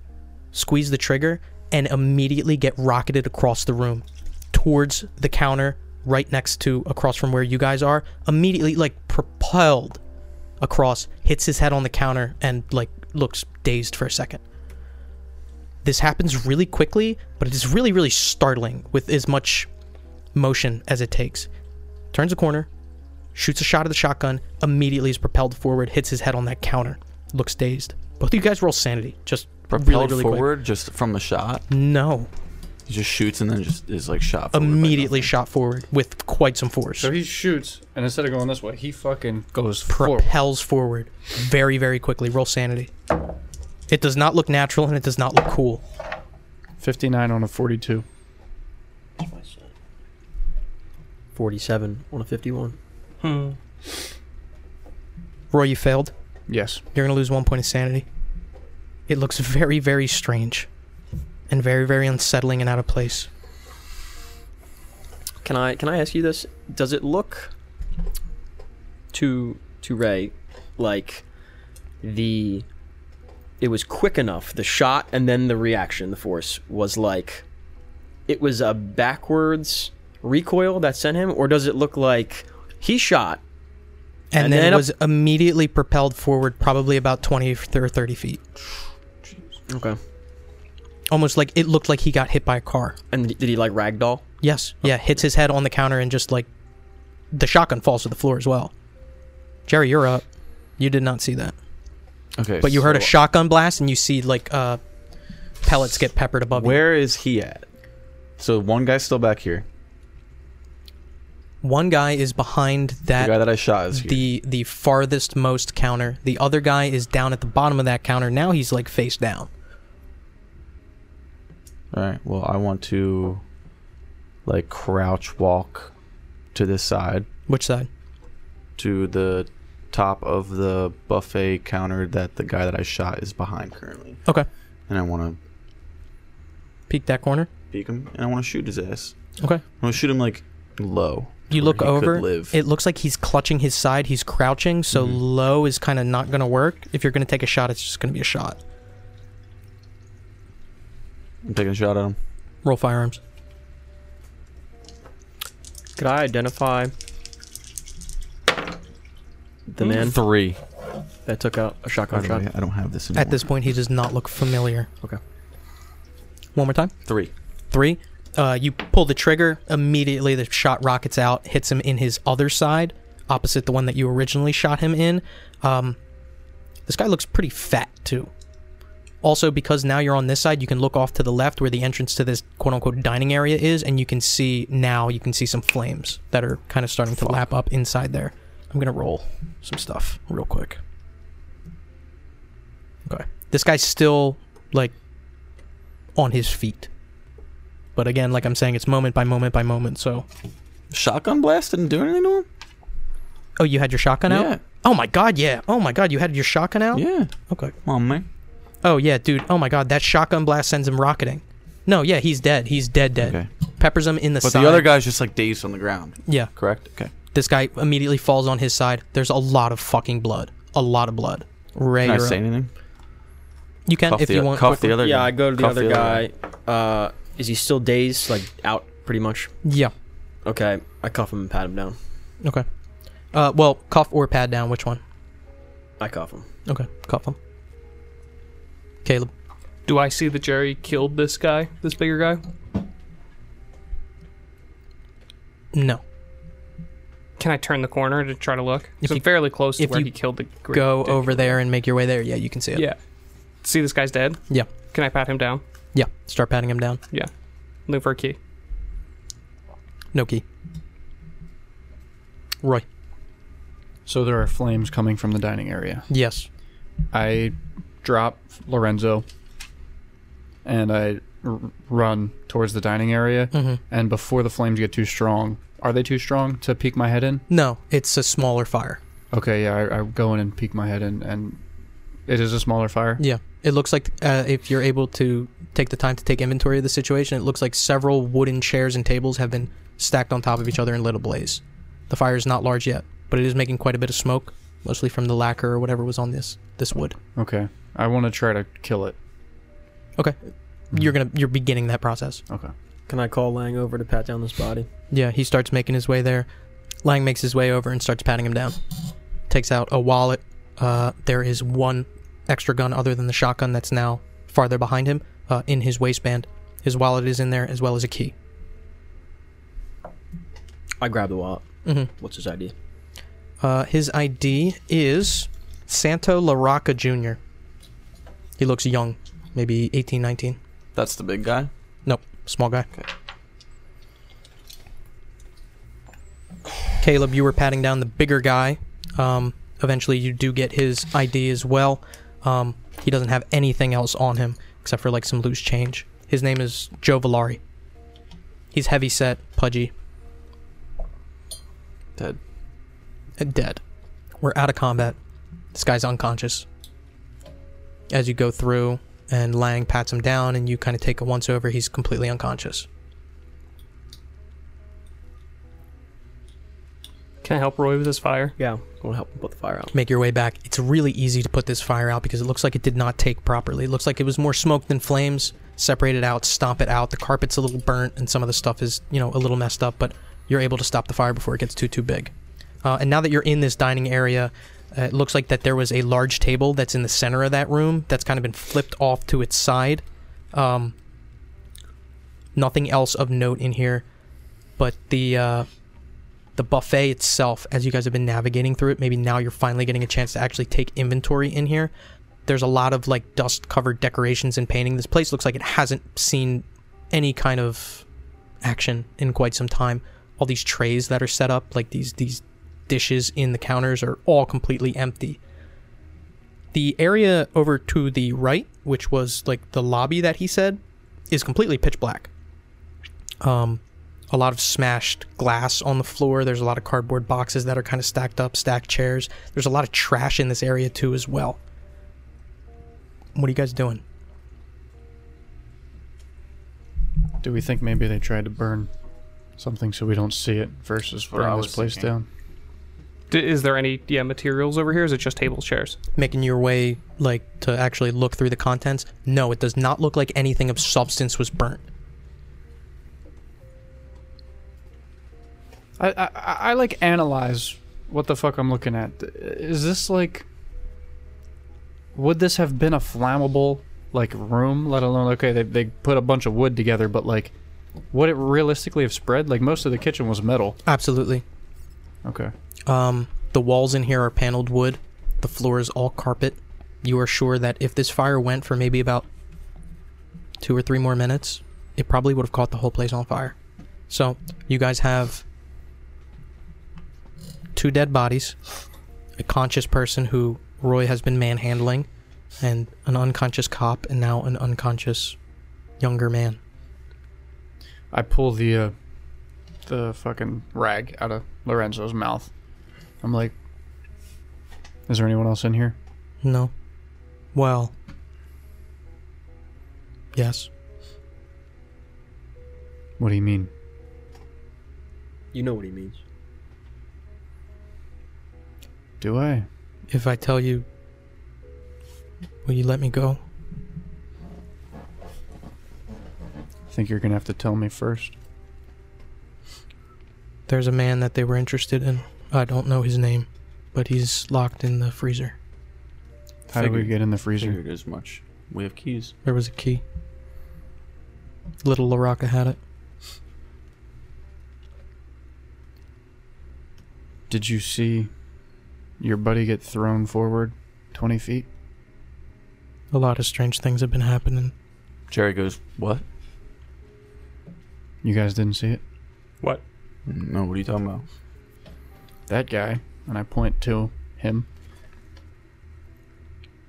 S4: squeeze the trigger, and immediately get rocketed across the room towards the counter right next to across from where you guys are. Immediately, like propelled across, hits his head on the counter, and like looks dazed for a second this happens really quickly, but it is really, really startling with as much motion as it takes. Turns a corner, shoots a shot of the shotgun, immediately is propelled forward, hits his head on that counter, looks dazed. Both of you guys roll sanity, just
S3: Propelled
S4: really, really quick.
S3: forward just from the shot.
S4: No,
S3: He just shoots and then just is like shot. Forward.
S4: immediately shot forward with quite some force.
S5: So he shoots, and instead of going this way, he fucking goes forward.
S4: propels forward very, very quickly. Roll sanity. It does not look natural and it does not look cool.
S5: 59 on a 42.
S9: 47 on a 51.
S7: Hmm.
S4: Roy, you failed.
S5: Yes.
S4: You're going to lose one point of sanity. It looks very, very strange and very, very unsettling and out of place.
S9: Can I can I ask you this? Does it look to to Ray like the it was quick enough the shot and then the reaction the force was like it was a backwards recoil that sent him or does it look like he shot
S4: And,
S9: And
S4: then, it
S9: then up-
S4: was immediately propelled forward, probably about 20 or 30 feet.
S9: okay
S4: Almost like it looked like he got hit by a car.
S9: and did he like ragdoll
S4: Yes. Yeah. Hits his head on the counter and just like the shotgun falls to the floor as well. Jerry, you're up. You did not see that.
S3: Okay,
S4: But you heard a
S3: so
S4: shotgun blast and you see like uh, pellets get peppered above you.
S3: Where is he at? So one guy's still back here.
S4: One guy is behind that
S3: the guy that I shot is here.
S4: the the farthest most counter. The other guy is down at the bottom of that counter. Now he's like face down.
S3: All right. Well, I want to like crouch walk to this side
S4: Which side?
S3: to the top of the buffet counter that the guy that I shot is behind currently,
S4: Okay.
S3: and I want to
S4: Peek that corner.
S3: peek him and I want to shoot his ass.
S4: Okay.
S3: I want to shoot him like low.
S4: You
S3: where
S4: look
S3: he could
S4: over.
S3: live. Mm-hmm.
S4: It looks like he's clutching his side. He's crouching, so low is kind of not going to work. If you're going to take a shot, it's just going to be a shot.
S3: I'm taking a shot at him.
S4: Roll firearms.
S9: could i identify
S3: Hmm.
S9: the man
S3: Three.
S9: that took out a shotgun
S3: By the
S9: shot
S3: way, I don't have this. Anymore.
S4: At this point, he does not look familiar.
S9: Okay.
S4: One more time.
S3: three.
S4: Three. Uh, you pull the trigger. Immediately, the shot rockets out, hits him in his other side, opposite the one that you originally shot him in. Um, this guy looks pretty fat, too. Also, because now you're on this side, you can look off to the left where the entrance to this quote unquote dining area is, and you can see now, you can see some flames that are kind of starting to lap up inside there. I'm going to roll some stuff real quick. Okay. This guy's still, like, on his feet. But again, like I'm saying, it's moment by moment by moment. So,
S3: Shotgun blast didn't do anything to him.
S4: oh, you had your shotgun out?
S3: Yeah.
S4: Oh my god, yeah. Oh my god, you had your shotgun out?
S3: Yeah.
S4: Okay.
S3: Come on, man.
S4: Oh yeah, dude. Oh my god, that shotgun blast sends him rocketing. No, yeah, he's dead. He's dead, dead.
S3: Okay.
S4: Peppers him in the
S3: But
S4: side.
S3: the other guy's just like dazed on the ground.
S4: Yeah.
S3: Correct. Okay.
S4: This guy immediately falls on his side. There's a lot of fucking blood. A lot of blood. Ray,
S3: Can I
S4: you're
S3: say
S4: up.
S3: anything?
S4: you can
S3: Cuff
S4: if
S3: the,
S4: you want.
S3: cuff
S4: quickly.
S3: the other.
S9: yeah
S3: guy.
S9: i go to the
S3: Cuff
S9: other guy uh is he still dazed like out pretty much
S4: Yeah.
S9: okay i cuff him and pat him down
S4: Okay. Uh, well, cuff or pad down. Which one?
S9: i cuff him
S4: Okay, cuff him. Caleb.
S7: Do I see that Jerry killed this guy, this bigger guy?
S4: No.
S7: Can I turn the corner to try to look?
S4: If
S7: So I'm
S4: you-
S7: fairly close to
S4: if
S7: where
S4: you
S7: he killed the great
S4: Go
S7: dick.
S4: over there and make your way there. Yeah, you can see it.
S7: Yeah. See this guy's dead?
S4: Yeah.
S7: Can I pat him down?
S4: Yeah. Start patting him down.
S7: Look for a key.
S4: No key. Roy.
S5: So there are flames coming from the dining area.
S4: Yes.
S5: I drop Lorenzo, and I r- run towards the dining area.
S4: Mhm.
S5: And before the flames get too strong, are they too strong to peek my head in?
S4: No, it's a smaller fire.
S5: Okay, yeah, I, I go in and peek my head in, and it is a smaller fire.
S4: Yeah. It looks like uh, if you're able to take the time to take inventory of the situation, it looks like several wooden chairs and tables have been stacked on top of each other and lit ablaze. The fire is not large yet, but it is making quite a bit of smoke, mostly from the lacquer or whatever was on this this wood.
S5: Okay, I want to try to kill it.
S4: Okay, you're gonna you're beginning that process.
S5: Okay.
S9: Can I call Lang over to pat down this body?
S4: Yeah, he starts making his way there. Lang makes his way over and starts patting him down. Takes out a wallet. Uh, there is one extra gun other than the shotgun that's now farther behind him uh, in his waistband. His wallet is in there as well as a key.
S9: I grab the wallet.
S7: Mm-hmm.
S4: Mhm.
S9: What's his idea?
S4: Uh, his ID is Santo LaRocca Jr. He looks young, maybe 18, 19.
S3: That's the big guy.
S4: Nope, small guy. Caleb, you were patting down the bigger guy. Um, eventually, you do get his ID as well. Um, he doesn't have anything else on him except for like some loose change. His name is Joe Villari. He's heavy set, pudgy.
S3: Dead.
S4: Uh, Dead. We're out of combat. This guy's unconscious. As you go through, and Lang pats him down, and you kind of take a once over, he's completely unconscious.
S7: Can I help Roy with his fire?
S9: Yeah, I want to help him put the fire out.
S4: make your way back. It's really easy to put this fire out because it looks like it did not take properly. It looks like it was more smoke than flames. Separate it out, stomp it out. The carpet's a little burnt, and some of the stuff is, you know, a little messed up, but you're able to stop the fire before it gets too, too big. Uh, and now that you're in this dining area, uh, it looks like that there was a large table that's in the center of that room that's kind of been flipped off to its side. Um, nothing else of note in here, but the. Uh, the buffet itself as you guys have been navigating through it maybe now you're finally getting a chance to actually take inventory in here there's a lot of like dust covered decorations and painting this place looks like it hasn't seen any kind of action in quite some time all these trays that are set up like these these dishes in the counters are all completely empty the area over to the right which was like the lobby that he said is completely pitch black um a lot of smashed glass on the floor. There's a lot of cardboard boxes that are kind of stacked up, stacked chairs. There's a lot of trash in this area too as well. What are you guys doing?
S5: Do we think maybe they tried to burn something so we don't see it versus
S8: what I
S5: burn this
S8: was
S5: place
S8: thinking.
S5: down?
S7: D- is there any yeah materials over here? Or is it just tables, chairs?
S4: Making your way like to actually look through the contents? No, it does not look like anything of substance was burnt.
S5: I, I I- I like analyze what the fuck I'm looking at. Is this like? Would this have been a flammable like room? Let alone okay, they they put a bunch of wood together, but like, would it realistically have spread? Like most of the kitchen was metal.
S4: Absolutely.
S5: Okay.
S4: Um, the walls in here are paneled wood. The floor is all carpet. You are sure that if this fire went for maybe about two or three more minutes, it probably would have caught the whole place on fire. So you guys have two dead bodies, a conscious person who Roy has been manhandling, and an unconscious cop, and now an unconscious younger man.
S5: I pull the uh, the fucking rag out of Lorenzo's mouth. I'm like, is there anyone else in here?
S4: No. Well. Yes.
S5: What do you mean?
S9: You know what he means.
S5: Do I?
S4: If I tell you, will you let me go?
S5: Think you're gonna have to tell me first.
S4: There's a man that they were interested in. I don't know his name, but he's locked in the freezer.
S5: How do we
S3: Figured-
S5: get in the freezer?
S3: Figured as much. We have keys.
S4: There was a key. Little Laraka had it.
S5: Did you see your buddy get thrown forward 20 feet?
S4: A lot of strange things have been happening.
S3: Jerry goes, What?
S5: You guys didn't see it?
S7: What?
S3: No, what are you talking about?
S5: That guy, and I point to him,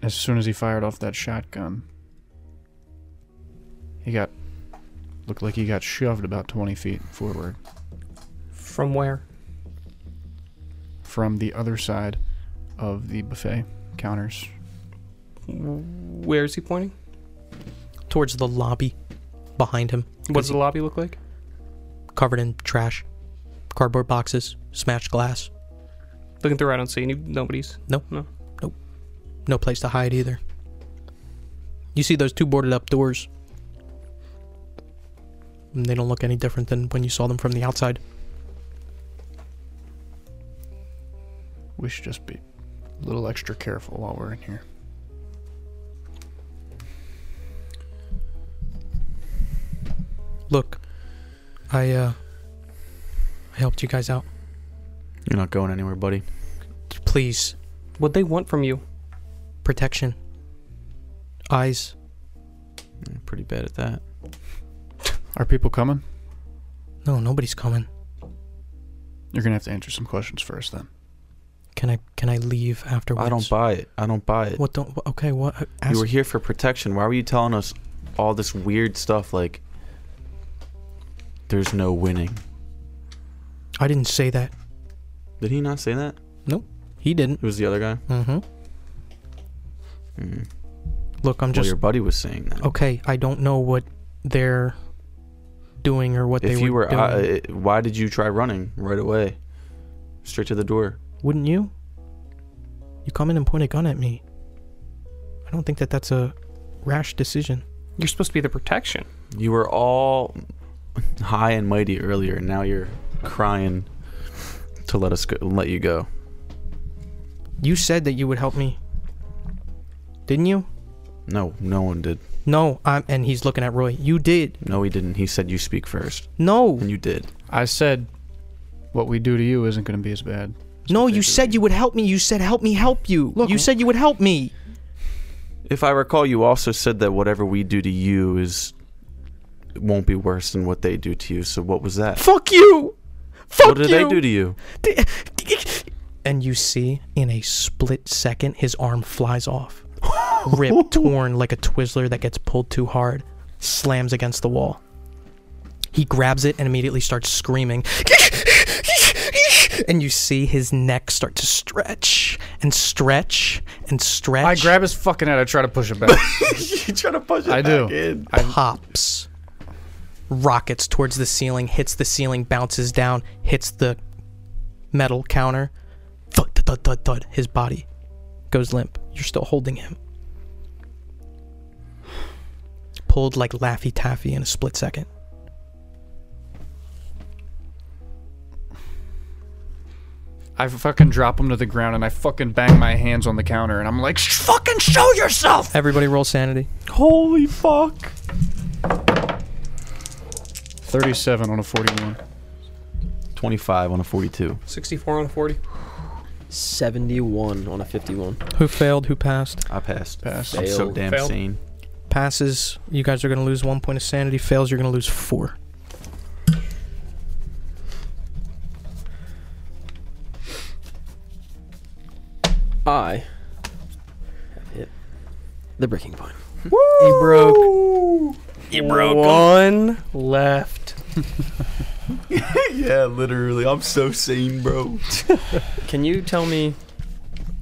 S5: as soon as he fired off that shotgun, he got looked like he got shoved about 20 feet forward
S7: From where?
S5: from the other side of the buffet counters.
S7: Where is he pointing?
S4: towards the lobby behind him.
S7: What does the lobby look like?
S4: Covered in trash, cardboard boxes, smashed glass.
S7: Looking through, I don't see any. Nobody's.
S4: No.
S7: No.
S4: Nope. No place to hide either. You see those two boarded up doors. And they don't look any different than when you saw them from the outside.
S5: We should just be a little extra careful while we're in here.
S4: Look, I uh I helped you guys out.
S3: You're not going anywhere, buddy.
S4: Please,
S7: What they want from you?
S4: protection. Eyes.
S3: You're pretty bad at that.
S5: Are people coming?
S4: No, nobody's coming.
S5: You're gonna have to answer some questions first then.
S4: Can I can I leave afterwards?
S3: I don't buy it. I don't buy it.
S4: What don't okay, what uh, ask
S3: You were here for protection. Why were you telling us all this weird stuff like there's no winning?
S4: I didn't say that.
S3: Did he not say that?
S4: He didn't.
S3: It was the other guy?
S4: Mm-hmm.
S3: Mm.
S4: Look, I'm
S3: well,
S4: just
S3: your buddy was saying that.
S4: okay. I don't know what they're doing or what
S3: if
S4: they
S3: you
S4: were,
S3: were, uh,
S4: doing.
S3: I- it- why did you try running right away, straight to the door?
S4: Wouldn't you? You come in and point a gun at me. I don't think that that's a rash decision.
S7: You're supposed to be the protection.
S3: You were all high and mighty earlier, and now you're crying to let us go, let you go.
S4: You said that you would help me, didn't you?
S3: No, no one did.
S4: No, I'm. And he's looking at Roy. You did.
S3: No, he didn't. He said you speak first,
S4: No,
S3: and you did.
S5: I said what we do to you isn't gonna be as bad.
S4: no. You said you would help me. You said help me help you.
S5: Look,
S4: you said you would help me.
S3: If I recall, you also said that whatever we do to you is won't be worse than what they do to you. So what was that?
S4: Fuck you. Fuck
S3: what did
S4: you.
S3: they do to you?
S4: And you see, in a split second, his arm flies off. Ripped, torn like a Twizzler that gets pulled too hard, slams against the wall. He grabs it and immediately starts screaming. And you see his neck start to stretch and stretch and stretch.
S5: I grab his fucking head, I try to push it back.
S3: you trying to push it
S5: I do.
S4: pops, rockets towards the ceiling, hits the ceiling, bounces down, hits the metal counter. Thud, thud, thud, thud, thud. His body goes limp. You're still holding him. Pulled like Laffy Taffy in a split second.
S5: I fucking drop him to the ground and I fucking bang my hands on the counter and I'm like, "Sh- fucking show yourself!
S4: Everybody roll sanity.
S5: Holy fuck. 37 on a 41.
S3: 25 on a 42.
S7: 64 on 40.
S10: 71 on a 51.
S4: Who failed? Who passed?
S3: I passed.
S5: Pass.
S3: I'm so
S10: Failed.
S3: damn
S7: Failed.
S3: sane.
S4: Passes. You guys are going to lose one point of sanity. Fails, you're going to lose four.
S10: I have hit the breaking point.
S7: He broke. He broke. One left.
S8: yeah, literally. I'm so sane, bro.
S10: Can you tell me?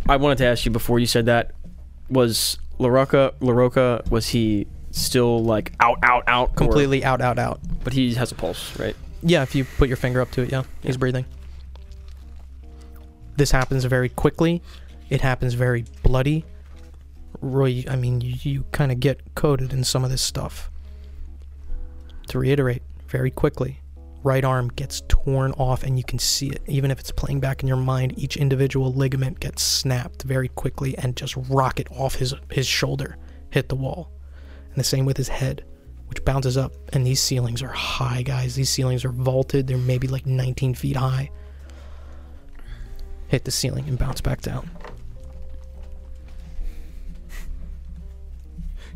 S10: I wanted to ask you before you said that. Was Larocca Larocca? Was he still like out, out, out, or-
S4: Completely out, out, out.
S10: but he has a pulse, right?
S4: Yeah, if you put your finger up to it, yeah. He's breathing. This happens very quickly. It happens very bloody. Roy, I mean, you, you kind of get coated in some of this stuff. To reiterate, very quickly, right arm gets torn off, and you can see it. Even if it's playing back in your mind, each individual ligament gets snapped very quickly and just rocket off his, his shoulder, hit the wall. And the same with his head which bounces up. And these ceilings are high, guys. These ceilings are vaulted. They're maybe like 19 feet high. Hit the ceiling and bounce back down.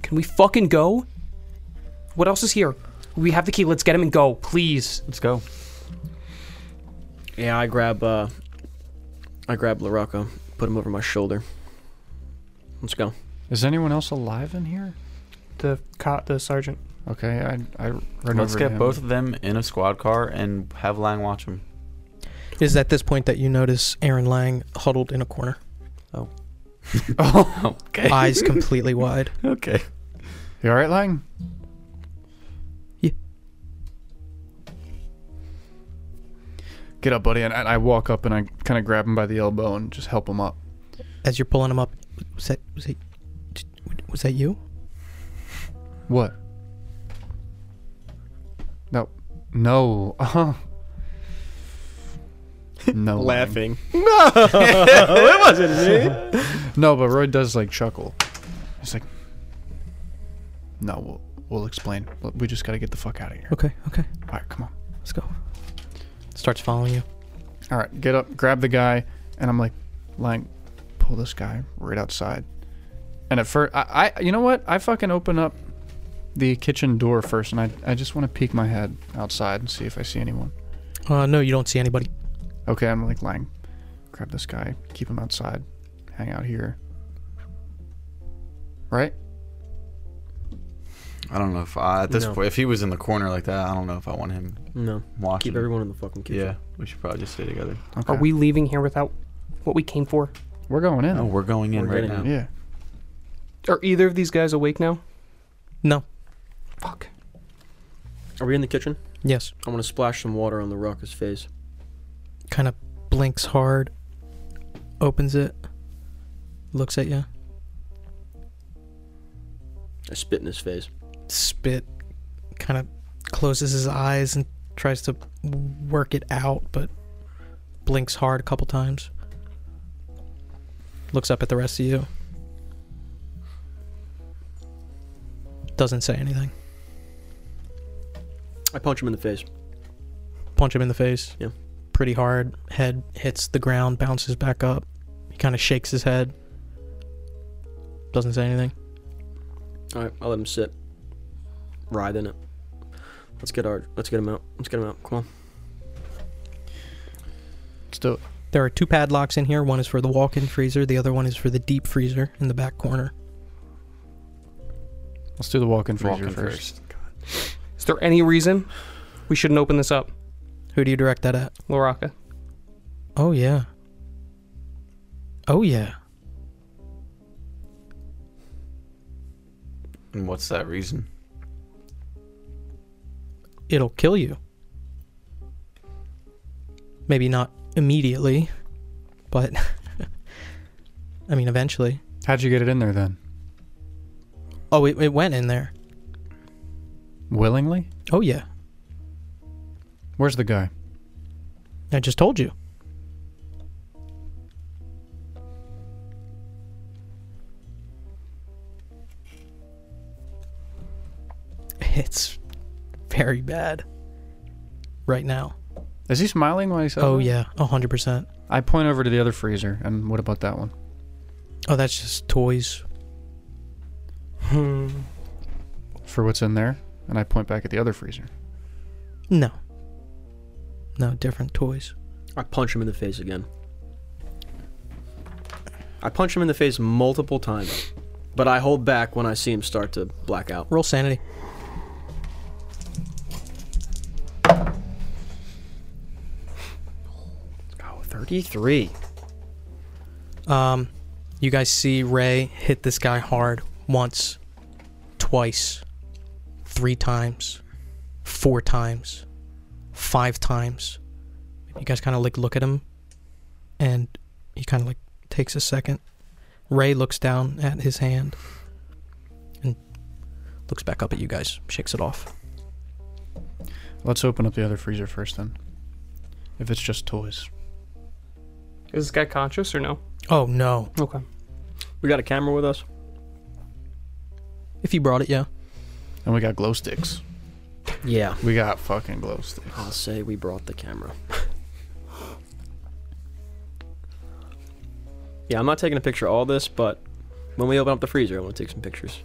S7: Can we fucking go? What else is here? We have the key. Let's get him and go, please.
S3: Let's go.
S10: Yeah, I grab uh, I grab Larocca, put him over my shoulder. Let's go.
S5: Is anyone else alive in here?
S7: The cop, the sergeant.
S5: Okay, I I run
S3: Let's
S5: over to
S3: get
S5: him.
S3: both of them in a squad car and have Lang watch them.
S4: It is at this point that you notice Aaron Lang huddled in a corner.
S3: Oh.
S5: Oh.
S3: okay.
S4: Eyes completely wide.
S3: Okay.
S5: You all right, Lang?
S4: Yeah.
S5: Get up, buddy. And I, I walk up and I kind of grab him by the elbow and just help him up.
S4: As you're pulling him up, was that was that was that you?
S5: What? No. No. Uh-huh. No. Lang.
S9: Laughing.
S5: No, but Roy does like chuckle. He's like, "No, we'll we'll explain. Look, We just gotta get the fuck out of here.
S4: Okay, okay,
S5: All right, come on.
S4: let's go. Starts following you.
S5: All right, get up, grab the guy, and I'm like, Lang, pull this guy right outside. And at first, I, I you know what? I fucking open up the kitchen door first, and I I just want to peek my head outside and see if I see anyone.
S4: Uh, no, you don't see anybody.
S5: Okay, I'm like Lang, grab this guy, keep him outside, hang out here. Right?
S3: I don't know if I, at this
S9: No.
S3: point, if he was in the corner like that, I don't know if I want him
S9: No.
S3: watching.
S9: Keep everyone in the fucking kitchen.
S3: Yeah, we should probably just stay together.
S5: Okay.
S7: Are we leaving here without what we came for?
S5: We're going in.
S3: No, we're going in
S9: We're
S3: right
S9: getting
S3: now.
S9: out.
S5: Yeah.
S7: Are either of these guys awake now?
S4: No.
S7: Fuck.
S9: Are we in the kitchen?
S4: Yes.
S9: I'm gonna splash some water on the ruckus face.
S4: Kind of blinks hard. Opens it. Looks at you.
S9: I spit in his face.
S4: Spit. Kind of closes his eyes and tries to work it out, but blinks hard a couple times. Looks up at the rest of you. Doesn't say anything.
S9: I punch him in the face.
S4: punch him in the face.
S9: Yeah.
S4: Pretty hard. Head hits the ground, bounces back up. He kind of shakes his head. Doesn't say anything.
S9: All right, I'll let him sit. Writhe in it. Let's get our. Let's get him out. Let's get him out. Come on.
S5: Let's do it.
S4: There are two padlocks in here. One is for the walk-in freezer. The other one is for the deep freezer in the back corner.
S5: Let's do the walk-in freezer
S3: Walking
S5: first.
S3: first.
S7: Is there any reason we shouldn't open this up,
S4: Who do you direct that at?
S7: Loraka?
S4: Oh yeah. Oh yeah.
S3: And what's that reason?
S4: It'll kill you. Maybe not immediately, but I mean eventually.
S5: How'd you get it in there then?
S4: Oh, it, it went in there.
S5: Willingly?
S4: Oh yeah.
S5: Where's the guy?
S4: I just told you. It's very bad right now.
S5: Is he smiling when he says?
S4: Oh
S5: that?
S4: yeah, a hundred percent.
S5: I point over to the other freezer, and what about that one?
S4: Oh, that's just toys.
S5: For what's in there? And I point back at the other freezer.
S4: No. No, different toys.
S9: I punch him in the face again. I punch him in the face multiple times, but I hold back when I see him start to black out.
S4: Roll sanity.
S9: Oh, 33.
S4: Um, you guys see Ray hit this guy hard once, twice, three times, four times, five times. You guys kind of like look at him, and he kind of like takes a second. Ray looks down at his hand and looks back up at you guys, shakes it off.
S5: Let's open up the other freezer first, then. If it's just toys.
S7: Is this guy conscious or no?
S4: Oh no!
S7: Okay.
S9: We got a camera with us.
S4: If you brought it, yeah.
S5: And we got glow sticks.
S9: Yeah.
S5: We got fucking glow sticks.
S9: I'll say we brought the camera. yeah, I'm not taking a picture of all this, but when we open up the freezer, I want to take some pictures.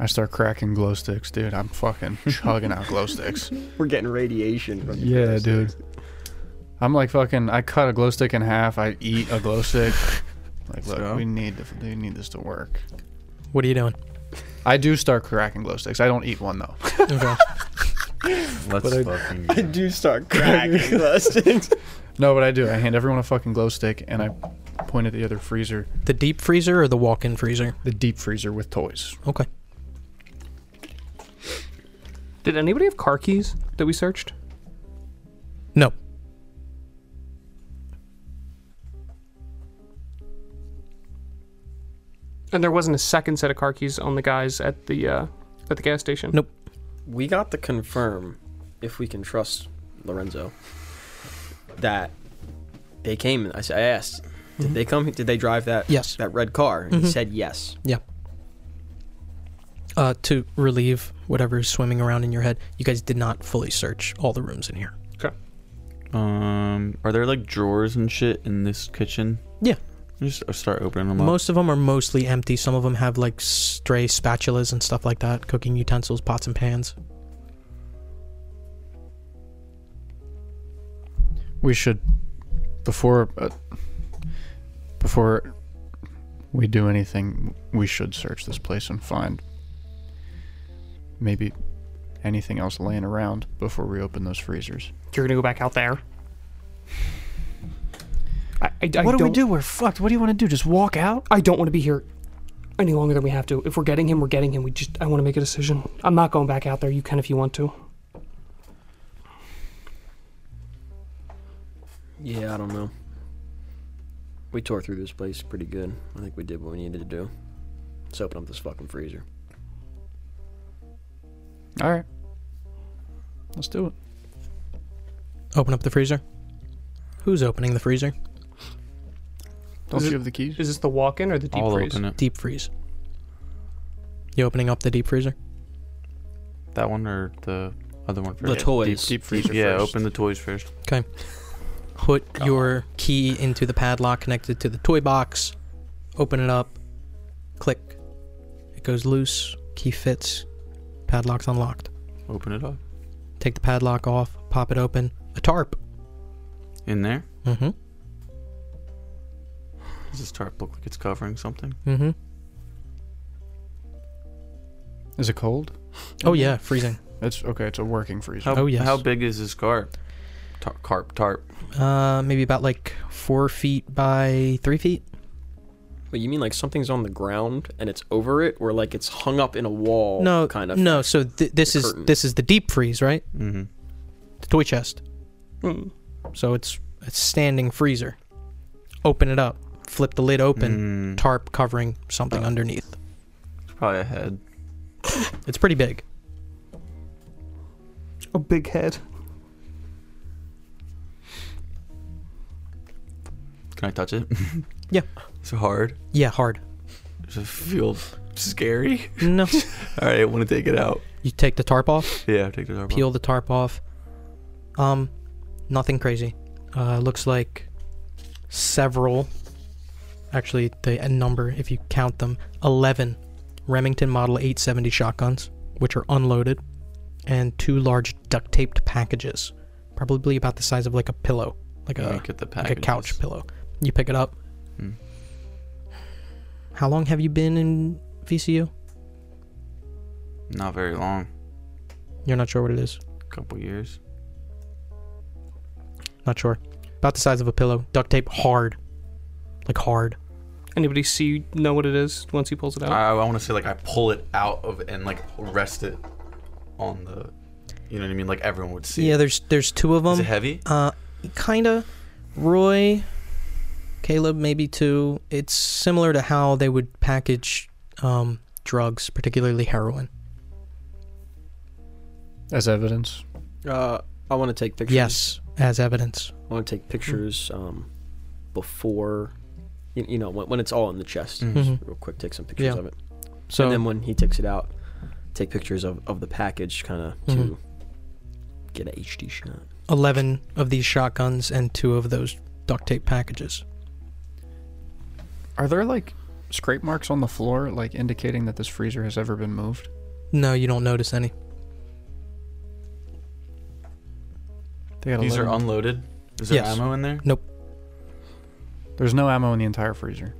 S5: I start cracking glow sticks, dude. I'm fucking chugging out glow sticks.
S9: We're getting radiation. From
S5: Yeah, dude. I'm like fucking. I cut a glow stick in half. I eat a glow stick. Like,
S3: Let's
S5: look,
S3: go.
S5: we need to, we need this to work.
S4: What are you doing?
S5: I do start cracking glow sticks. I don't eat one though.
S4: Okay.
S8: Let's
S5: But I-
S8: fucking.
S10: I do start cracking questions.
S5: No, but I do. I hand everyone a fucking glow stick and I point at the other freezer,
S4: the deep freezer or the walk-in freezer?
S5: the deep freezer with toys.
S4: Okay.
S7: Did anybody have car keys that we searched?
S4: No.
S7: And there wasn't a second set of car keys on the guys at the uh, at the gas station.
S4: Nope.
S9: We got to confirm if we can trust Lorenzo that they came. I s- I asked, did they come? Did they drive that
S4: Mm-hmm. Yes.
S9: that red car? And
S4: Mhm.
S9: He said yes.
S4: Uh, to relieve whatever is swimming around in your head, you guys did not fully search all the rooms in here.
S3: Um, are there like drawers and shit in this kitchen?
S4: Yeah.
S3: Just start opening them up.
S4: Most of them are mostly empty. Some of them have like stray spatulas and stuff like that, cooking utensils, pots and pans.
S5: We should, before uh, before we do anything, we should search this place and find maybe anything else laying around before we open those freezers.
S7: You're gonna go back out there. I, I, I
S5: what do we
S7: don't-
S5: do? We're fucked. What do you want to do? Just walk out?
S7: I don't want to be here any longer than we have to. If we're getting him, we're getting him. We just I want to make a decision. I'm not going back out there. You can if you want to.
S9: Yeah, I don't know. We tore through this place pretty good. I think we did what we needed to do. Let's open up this fucking freezer.
S5: All right. Let's do it.
S4: Open up the freezer. Who's opening the freezer?
S5: Don't
S7: Is
S5: you
S7: it-
S5: have the keys?
S7: Is this the walk-in or the deep
S3: I'll
S7: freeze?
S3: open it.
S4: Deep freeze. You opening up the deep freezer?
S3: That one or the other one first?
S9: The toys.
S8: Deep freezer.
S3: yeah,
S8: first.
S3: open the toys first.
S4: Put your key into the padlock connected to the toy box. Open it up. Click. It goes loose. Key fits. Padlock's unlocked.
S3: Open it up.
S4: Take the padlock off. Pop it open. A tarp.
S3: In there?
S4: Mm-hmm.
S3: Does this tarp look like it's covering something?
S4: Mm-hmm.
S5: Is it cold?
S4: Oh yeah,
S5: Mm-hmm.
S4: freezing.
S5: It's okay. It's a working freezer.
S3: How,
S4: Oh, yes.
S3: How big is this carp? Tar- carp, tarp.
S4: Uh, maybe about like four feet by three feet.
S9: But you mean like something's on the ground and it's over it, or like it's hung up in a wall?
S4: no,
S9: kind of.
S4: No, so th- this
S9: The
S4: is
S9: curtain.
S4: this is the deep freeze, right?
S3: Mm-hmm.
S4: The toy chest.
S7: Mm.
S4: So it's a standing freezer. Open it up. Flip the lid open.
S9: Mm.
S4: Tarp covering something
S3: Oh.
S4: underneath.
S3: It's probably a head.
S4: It's pretty big.
S7: A big head.
S3: Can I touch it?
S4: Yeah.
S3: It's hard.
S4: Yeah, hard.
S3: Does it feel scary?
S4: No.
S3: All right, I want to take it out.
S4: you take the tarp off.
S3: Yeah, take the tarp off.
S4: Peel the tarp off. Um, nothing crazy. Uh, looks like several. Actually, the a number, if you count them, eleven Remington Model 870 shotguns, which are unloaded, and two large duct-taped packages, probably about the size of like a pillow, like
S3: You
S4: a
S3: get the
S4: like a couch
S3: packages.
S4: pillow. You pick it up.
S3: Mm.
S4: How long have you been in VCU?
S3: Not very long.
S4: You're not sure what it is.
S3: Couple years.
S4: Not sure. About the size of a pillow. Duct tape hard. Like hard.
S7: Anybody see know what it is once he pulls it out?
S3: I, I want to say like I pull it out of and like rest it on the, you know what I mean? Like everyone would see.
S4: Yeah,
S3: it.
S4: there's there's two of
S3: Is it
S4: them.
S3: heavy?
S4: Uh kinda Roy Caleb maybe two. It's similar to how they would package um drugs, particularly heroin.
S5: As evidence.
S9: Uh, I want to take pictures.
S4: Yes, as evidence.
S9: I want to take pictures um, before, you, you know, when, when it's all in the chest.
S4: Mm-hmm.
S3: Mhm.
S9: Just real quick, take some pictures
S4: Yeah.
S9: of it.
S4: So
S9: and then when he takes it out, take pictures of, of the package, kind of to
S4: Mhm.
S9: get an HD shot.
S4: eleven of these shotguns and two of those duct tape packages.
S5: Are there like scrape marks on the floor, like indicating that this freezer has ever been moved?
S4: No, you don't notice any.
S5: They got
S3: These are
S5: eleven-
S3: unloaded. Is there
S4: Yes.
S3: ammo in there?
S4: Nope.
S5: There's no ammo in the entire freezer.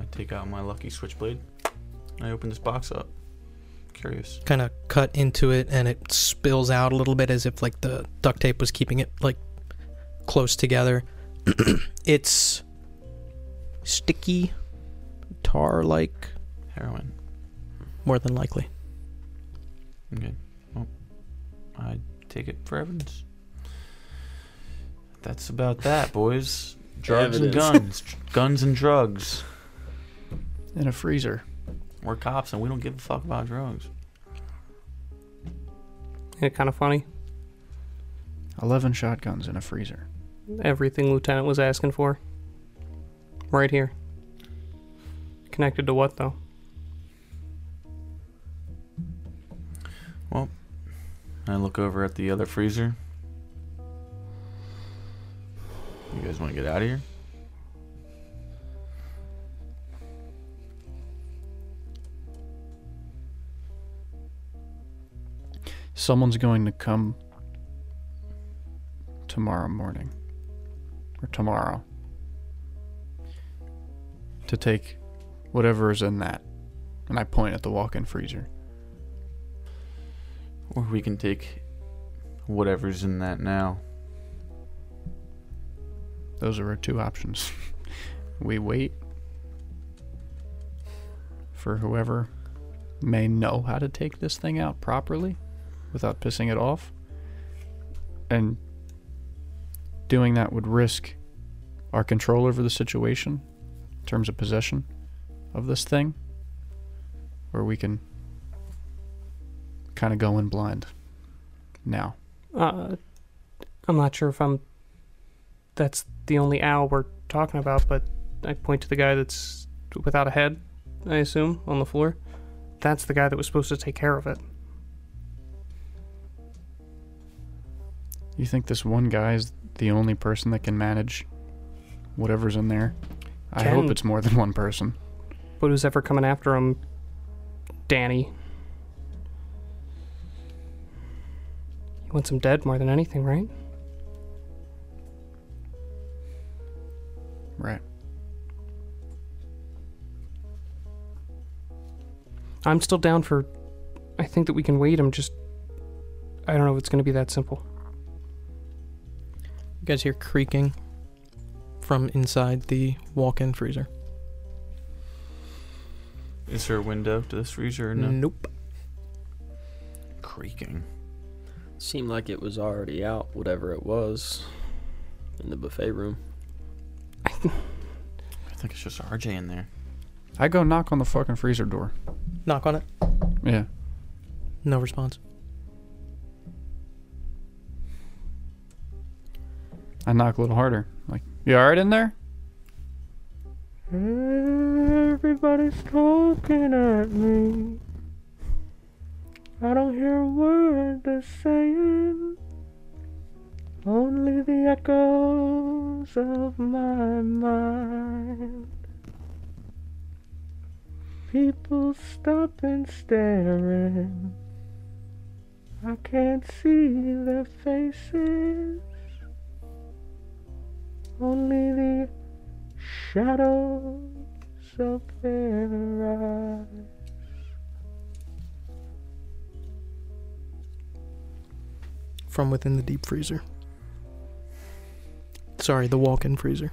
S3: I take out my lucky switchblade. I open this box up. Curious.
S4: kind of cut into it and it spills out a little bit as if like the duct tape was keeping it like close together. it's sticky tar like
S3: Heroin.
S4: more than likely.
S3: Okay. Well, I take it for evidence. That's about that, boys. Drugs and guns. guns and drugs.
S5: In a freezer.
S3: We're cops and we don't give a fuck about drugs.
S7: Yeah, kind of funny.
S5: 11 shotguns in a freezer.
S7: Everything Lieutenant was asking for. Right here. Connected to what, though?
S3: I look over at the other freezer. You guys want to get out of here?
S5: Someone's going to come tomorrow morning or tomorrow to take whatever is in that. And I point at the walk in freezer.
S3: Or we can take whatever's in that now.
S5: Those are our two options. we wait for whoever may know how to take this thing out properly without pissing it off. And doing that would risk our control over the situation in terms of possession of this thing, where we can kind of go in blind now.
S7: Uh, I'm not sure if I'm. That's the only owl we're talking about, but I point to the guy that's without a head, I assume, on the floor. That's the guy that was supposed to take care of it.
S5: You think this one guy is the only person that can manage whatever's in there? I hope
S7: Can-
S5: it's more than one person.
S7: But who's ever coming after him? Danny. He wants him dead more than anything, right?
S5: Right.
S7: I'm still down for. I think that we can wait. I'm just. I don't know if it's going to be that simple.
S4: You guys hear creaking from inside the walk-in freezer.
S3: Is there a window to this freezer or no?
S4: Nope.
S3: Creaking.
S9: Seemed like it was already out, whatever it was, in the buffet room.
S3: I think it's just RJ in there.
S5: I go knock on the fucking freezer door.
S4: Knock on it.
S5: Yeah.
S4: No response.
S5: I knock a little harder. Like, you alright in there?
S7: Everybody's talking at me. I don't hear a word they're saying. Only the echoes of my mind. People stopping staring. I can't see their faces. Only the shadows of their eyes.
S4: From within the deep freezer. Sorry, the walk-in freezer.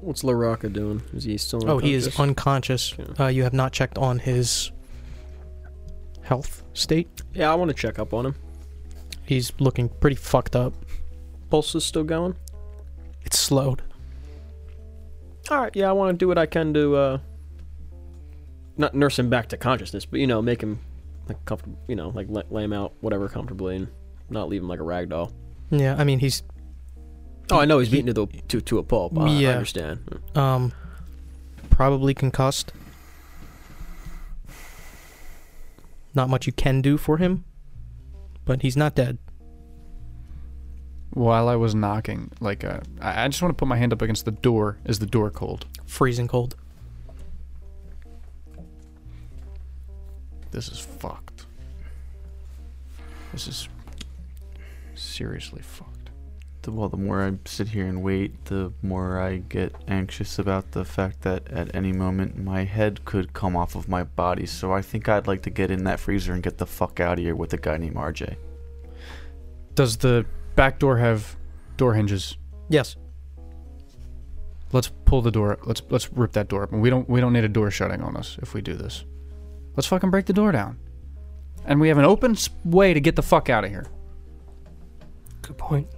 S9: What's LaRocca doing? Is he still?
S4: Oh, he is
S9: unconscious?
S4: unconscious.
S9: Okay.
S4: Uh, you have not checked on his health state.
S9: yeah, I want to check up on him.
S4: He's looking pretty fucked up.
S9: Pulse is still going.
S4: It's slowed.
S9: All right, yeah, I want to do what I can to uh, not nurse him back to consciousness, but you know, make him like comfortable. You know, like lay, lay him out whatever comfortably, and not leave him like a rag doll.
S4: Yeah, I mean he's
S9: Oh, I know he's beaten to, the, to to a pulp. I, I
S4: Yeah.
S9: understand.
S4: um probably concussed. Not much you can do for him, but he's not dead.
S5: While I was knocking, like, uh, I I just want to put my hand up against the door. Is the door cold?
S4: Freezing cold.
S5: This is fucked. This is seriously fucked.
S3: the, well, the more I sit here and wait, the more I get anxious about the fact that at any moment my head could come off of my body. So I think I'd like to get in that freezer and get the fuck out of here with a guy named RJ.
S5: Does the back door have door hinges?
S4: Yes.
S5: Let's pull the door. Let's let's rip that door open. We don't we don't need a door shutting on us if we do this. Let's fucking break the door down. And we have an open s- way to get the fuck out of here.
S7: Good point.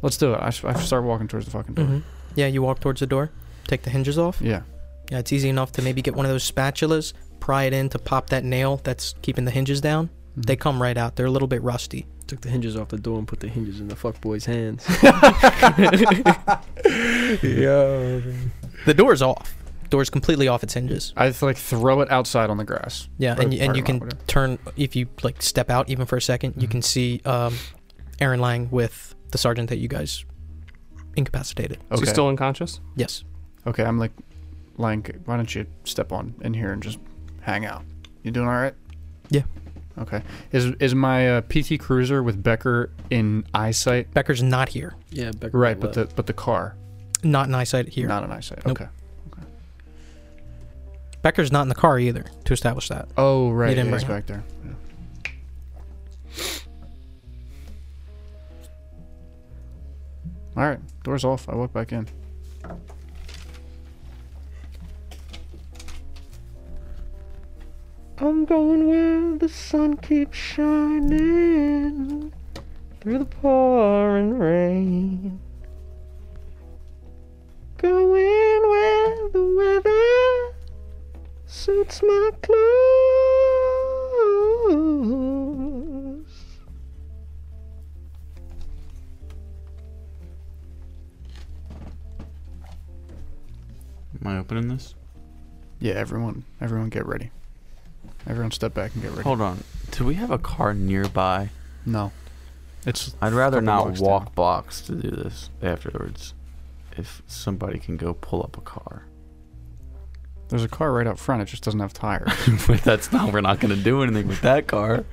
S5: Let's do it. I, s- I start walking towards the fucking door.
S4: hmm Yeah, you walk towards the door, take the hinges off.
S5: Yeah.
S4: Yeah, it's easy enough to maybe get one of those spatulas, pry it in to pop that nail that's keeping the hinges down. They come right out. They're a little bit rusty.
S9: Took the hinges off the door and put the hinges in the fuckboy's hands.
S4: Yo. The door's off. Door's completely off its hinges.
S5: I th- like throw it outside on the grass.
S4: Yeah,
S5: Or
S4: and you,
S5: parking
S4: and you
S5: lot,
S4: can
S5: whatever. Mm-hmm.
S4: turn if you like step out even for a 2nd You can see um, Aaron Lang with the sergeant that you guys incapacitated.
S7: Is
S5: Okay.
S7: he still unconscious?
S4: Yes.
S5: okay, I'm like, Lank, why don't you step on in here and just hang out? You doing all right?
S4: Yeah.
S5: Okay. Is is my uh, PT Cruiser with Becker in eyesight?
S4: Becker's not here.
S9: yeah, uh, back
S5: Right, but the but the car,
S4: Not in eyesight here.
S5: not in eyesight.
S4: Nope.
S5: Okay.
S4: Becker's not in the car either. To establish that.
S5: Oh right,
S4: didn't
S5: yeah, he's
S4: bring
S5: back there. Yeah. All right, door's off. I walk back in.
S2: I'm going where the sun keeps shining through the pouring rain. Going where the weather suits my clothes.
S3: Am I opening this?
S5: Yeah, everyone, everyone, get ready. Everyone, step back and get ready.
S3: Hold on. Do we have a car nearby?
S5: No, it's
S3: I'd rather
S5: Couple
S3: not
S5: blocks
S3: walk
S5: down.
S3: blocks to do this afterwards. If somebody can go pull up a car.
S5: there's a car right up front. It just doesn't have tires.
S3: but that's not, we're not going to do anything with that car.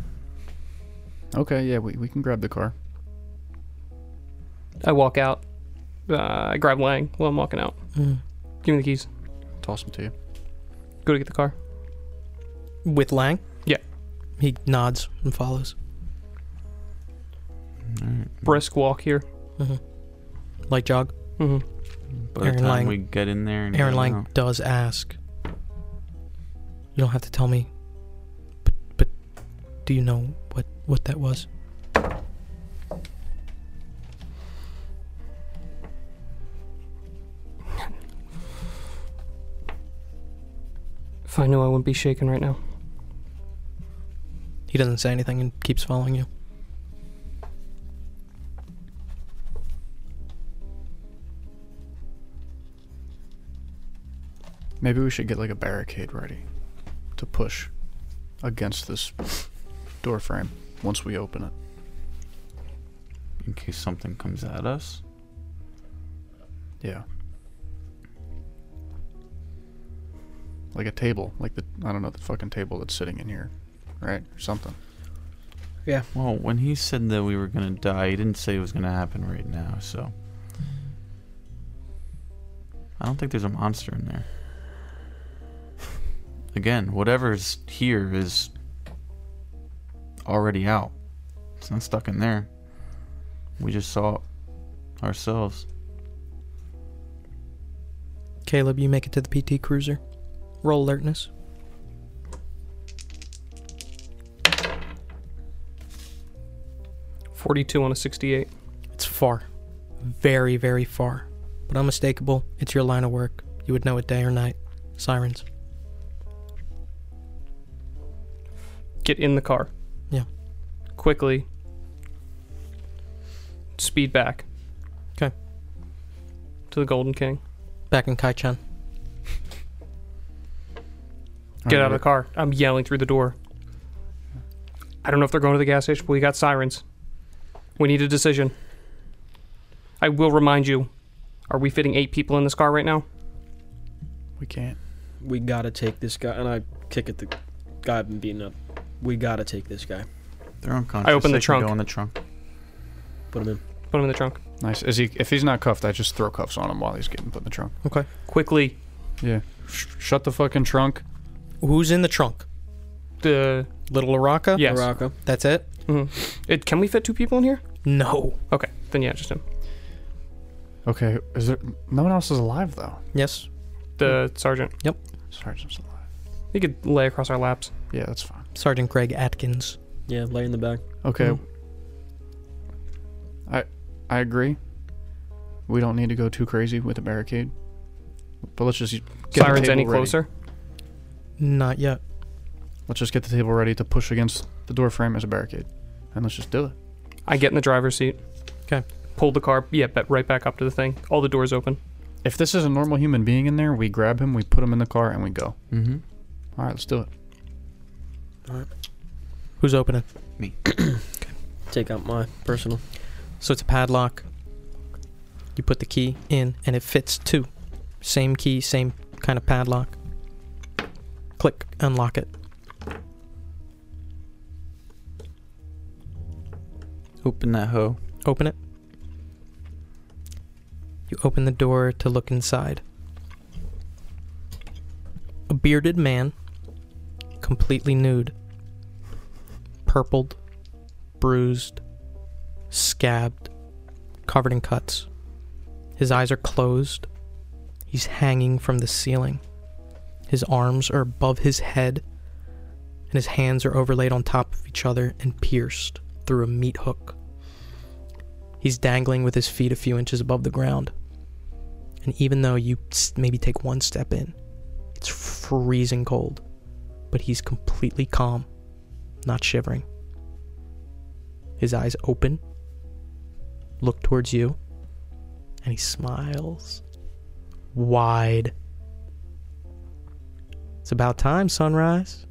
S5: okay, yeah, we, we can grab the car.
S7: I walk out. Uh, I grab Lang while I'm walking out.
S4: Mm.
S7: Give me the keys.
S5: Toss them to you.
S7: Go to get the car.
S4: With Lang.
S7: Yeah.
S4: He nods and follows.
S7: Brisk walk here.
S4: Light jog.
S7: hmm
S3: By
S4: Aaron
S3: the time
S4: Lang-
S3: we get in there and
S4: Aaron
S3: get
S4: Lang
S3: out.
S4: does ask. You don't have to tell me. But but do you know what what that was?
S7: If I knew, I wouldn't be shaking right now.
S4: He doesn't say anything and keeps following you.
S5: Maybe we should get like a barricade ready to push against this door frame once we open it.
S3: in case something comes at us.
S5: Yeah. Like a table, like the I don't know the fucking table that's sitting in here, right? Or something.
S3: Well, when he said that we were gonna die, he didn't say it was gonna happen right now. So I don't think there's a monster in there. Again, whatever's here is already out. It's not stuck in there. We just saw it ourselves.
S4: Caleb, you make it to the PT cruiser. Roll alertness.
S7: Forty-two on a sixty-eight.
S4: It's far. Very, very far. But unmistakable. It's your line of work. You would know it day or night. Sirens.
S7: Get in the car.
S4: Yeah.
S7: Quickly. Speed back.
S4: 'Kay.
S7: To the Golden King.
S4: Back in Kai Chan.
S7: Get
S5: Alright,
S7: out of the car. I'm yelling through the door. I don't know if they're going to the gas station, but we got sirens. We need a decision. I will remind you are we fitting eight people in this car right now?
S5: We can't.
S9: we gotta take this guy, and I kick at the guy I've been beating up. We gotta take this guy.
S3: They're unconscious.
S7: opened the
S3: They can
S7: trunk.
S3: Go in the trunk.
S9: Put him in.
S7: Put him in the trunk.
S5: Nice. Is he? If he's not cuffed, I just throw cuffs on him while he's getting put in the trunk.
S4: Okay.
S7: Quickly.
S5: Yeah. Sh- shut the fucking trunk.
S4: Who's in the trunk?
S7: The
S4: Little Araka?
S7: yes.
S9: Baraka.
S4: That's it?
S7: hmm It can we fit two people in here?
S4: No.
S7: Okay. Then yeah, just him.
S5: Okay. Is there? No one else is alive though.
S4: Yes.
S7: The
S5: Hmm.
S7: sergeant.
S5: Sergeant's alive.
S7: He could lay across our laps.
S5: Yeah, that's fine.
S4: Sergeant Greg Atkins.
S9: Yeah, lay in the back.
S5: Okay.
S7: Hmm.
S4: Mhm.
S5: I I agree. We don't need to go too crazy with a barricade. But let's just get the
S7: Sirens
S5: table
S7: any
S5: ready.
S7: closer?
S4: Not yet.
S5: Let's just get the table ready to push against the door frame as a barricade. And let's just do it.
S7: I get in the driver's seat.
S4: 'Kay.
S7: Pull the car. Yeah, bet right back up to the thing. All the doors open.
S5: If this is a normal human being in there, we grab him, we put him in the car, and we go.
S3: Mm-hmm.
S5: All right, let's do it.
S4: Who's opening?
S9: Take out my personal.
S4: So it's a padlock. You put the key in and it fits too. Same key, same kind of padlock. Click, unlock it.
S3: Open that hoe.
S4: Open it. You open the door to look inside. A bearded man, completely nude, purpled, bruised, scabbed, covered in cuts. His eyes are closed. He's hanging from the ceiling. His arms are above his head, and his hands are overlaid on top of each other and pierced through a meat hook. He's dangling with his feet a few inches above the ground. And even though you s- maybe take one step in, it's freezing cold. But he's completely calm, not shivering. His eyes open, look towards you, and he smiles wide. It's about time, sunrise.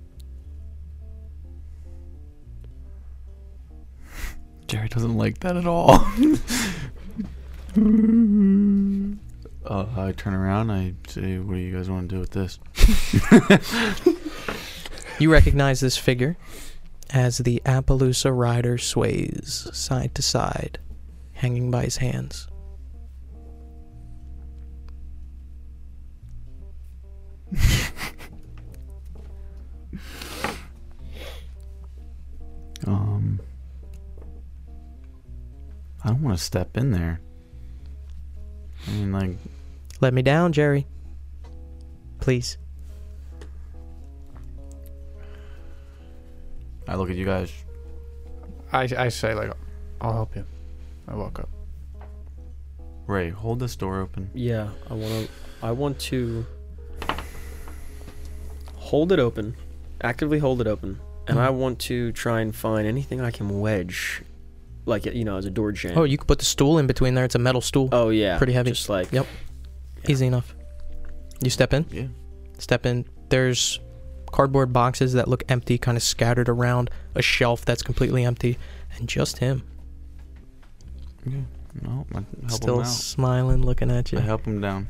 S3: Jerry doesn't like that at all. uh, I turn around. I say, "What do you guys want to do with this?"
S4: You recognize this figure as the Appaloosa rider sways side to side, hanging by his hands.
S3: Um, I don't want to step in there. I mean, like,
S4: Let me down, Jerry. Please.
S3: I look at you guys.
S5: I, I say, like, I'll help you. I walk up.
S3: Ray, hold this door open.
S9: Yeah, I want to. I want to hold it open, actively hold it open, and
S4: Mm-hmm.
S9: I want to try and find anything I can wedge, like you know, as a door jam.
S4: Oh, you could put the stool in between there. It's a metal stool.
S9: Oh, yeah,
S4: pretty heavy.
S9: Just like
S4: Yep. Easy enough. You step in.
S3: Yeah.
S4: Step in. There's cardboard boxes that look empty, kind of scattered around a shelf that's completely empty, and just him
S3: No, I help
S4: still
S3: him out.
S4: smiling, looking at you.
S3: I help him down.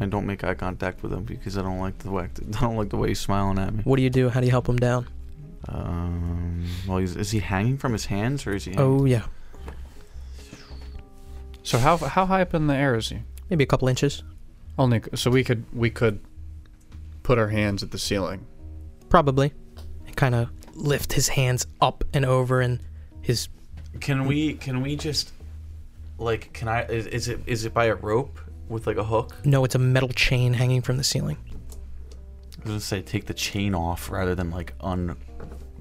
S3: I don't make eye contact with him because I don't like the way I don't like the way he's smiling at me.
S4: What do you do? How do you help him down?
S3: Um, well, he's, is he hanging from his hands or is he? hanging-
S4: Oh yeah,
S5: So how how high up in the air is he?
S4: maybe a couple inches,
S5: Only so we could we could put our hands at the ceiling.
S4: probably. And kind of lift his hands up and over, and his
S8: Can we? Can we just? Like, can I? Is, is it? Is it by a rope with like a hook?
S4: no, it's a metal chain hanging from the ceiling.
S3: I was gonna say take the chain off rather than like un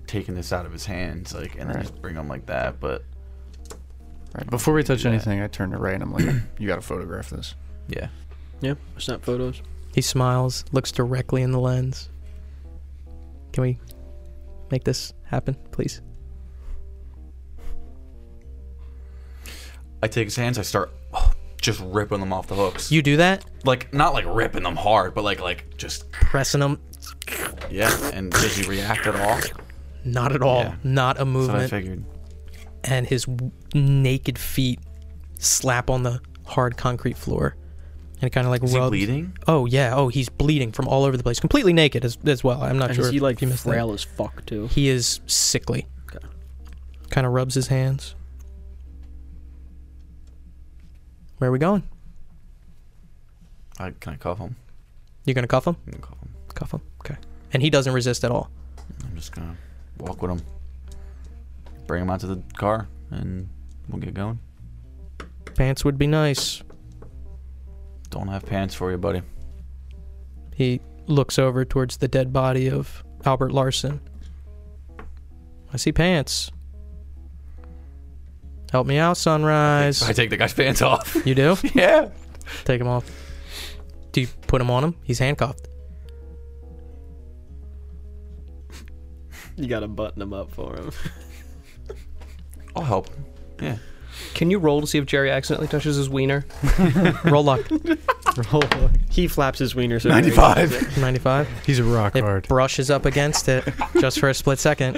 S3: taking this out of his hands, like, and then just bring him like that. But
S5: Right. Before we touch
S3: Yeah.
S5: anything, I turn to Ray and I'm like, "You got to photograph this."
S3: yeah,
S9: yeah, snap photos.
S4: He smiles, looks directly in the lens. Can we make this happen, please?
S8: I take his hands. I start
S3: oh,
S8: just ripping them off the hooks.
S4: You do that,
S8: like not like ripping them hard, but like like just
S4: pressing him.
S3: yeah. And does he react at all?
S4: Not at all.
S3: Yeah. That's
S4: Not a
S3: what I
S4: movement.
S3: figured.
S4: and his w- naked feet slap on the hard concrete floor, and it kind of like
S8: is he
S4: rubs.
S8: bleeding?
S4: Oh yeah. Oh, he's bleeding from all over the place, completely naked as, as well. I'm not
S9: And
S4: sure.
S9: is he
S4: if
S9: like
S4: you missed that.
S9: frail as fuck too?
S4: He is sickly.
S9: Okay.
S4: Kind of rubs his hands. Where are we going?
S3: I can I cuff him.
S4: You're gonna cuff him?
S3: I can cuff him.
S4: Cuff him. Okay. And he doesn't resist at all.
S3: I'm just gonna walk with him. Bring him out to the car, and we'll get going.
S4: Pants would be nice.
S3: Don't have pants for you, buddy.
S4: He looks over towards the dead body of Albert Larson. I see pants. Help me out, Sunrise.
S3: I take the guy's pants off.
S4: You do?
S3: yeah.
S4: Take him off. Do you put him on him? He's handcuffed.
S9: You gotta button them up for him.
S3: I'll help. him. Yeah.
S7: Can you roll to see if Jerry accidentally touches his wiener?
S4: Roll luck.
S9: He flaps his wiener. So
S3: 95.
S4: 95.
S5: He's a rock
S4: It
S5: hard.
S4: brushes up against it just for a split second.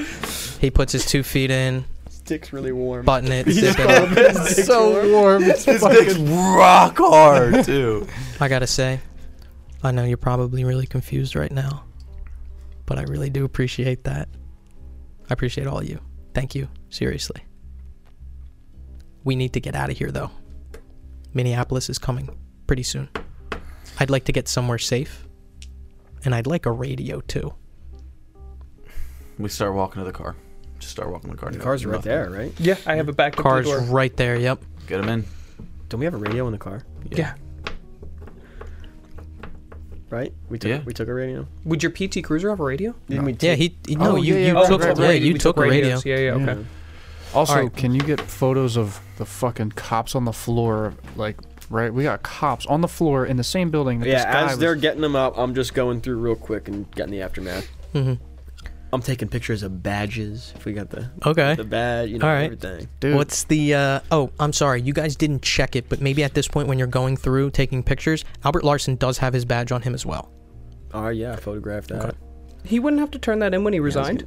S4: He puts his two feet in,
S9: Stick's really warm.
S4: button it, zip it.
S5: so warm.
S3: This dick's rock hard too.
S4: I gotta say, I know you're probably really confused right now, but I really do appreciate that. I appreciate all you. Thank you, seriously. We need to get out of here though. Minneapolis is coming pretty soon. I'd like to get somewhere safe, and I'd like a radio too.
S3: We start walking to the car. Just start walking to the car.
S9: The car's right
S3: Nothing.
S9: there, right?
S7: Yeah, I have a back
S4: Car's
S7: door.
S4: right there, yep.
S3: Get him in.
S9: Don't we have a radio in the car?
S7: Yeah.
S9: Right? We took
S3: Yeah.
S9: we took a radio.
S7: Would your PT Cruiser have a radio?
S6: Didn't we
S4: Yeah,
S6: take-
S4: he, he- no,
S5: Oh,
S4: you,
S5: yeah,
S4: you
S5: yeah,
S4: took
S5: right, right,
S4: yeah, you
S7: we
S4: took a radio. Hmm.
S7: radios. Yeah, yeah, okay.
S5: Yeah. Also,
S4: Alright.
S5: can you get photos of the fucking cops on the floor? of, Like, right? We got cops on the floor in the same building. That this guy
S9: yeah, as
S5: was-
S9: they're getting them up, I'm just going through real quick and getting the aftermath.
S4: hmm
S9: I'm taking pictures of badges. If we got the
S4: Okay.
S9: the badge, you know,
S4: All right.
S9: everything.
S5: Dude,
S4: What's the uh oh, I'm sorry. You guys didn't check it, but maybe at this point when you're going through taking pictures, Albert Larson does have his badge on him as well.
S9: Oh yeah, photograph that.
S4: Okay.
S7: He wouldn't have to turn that in when he resigned.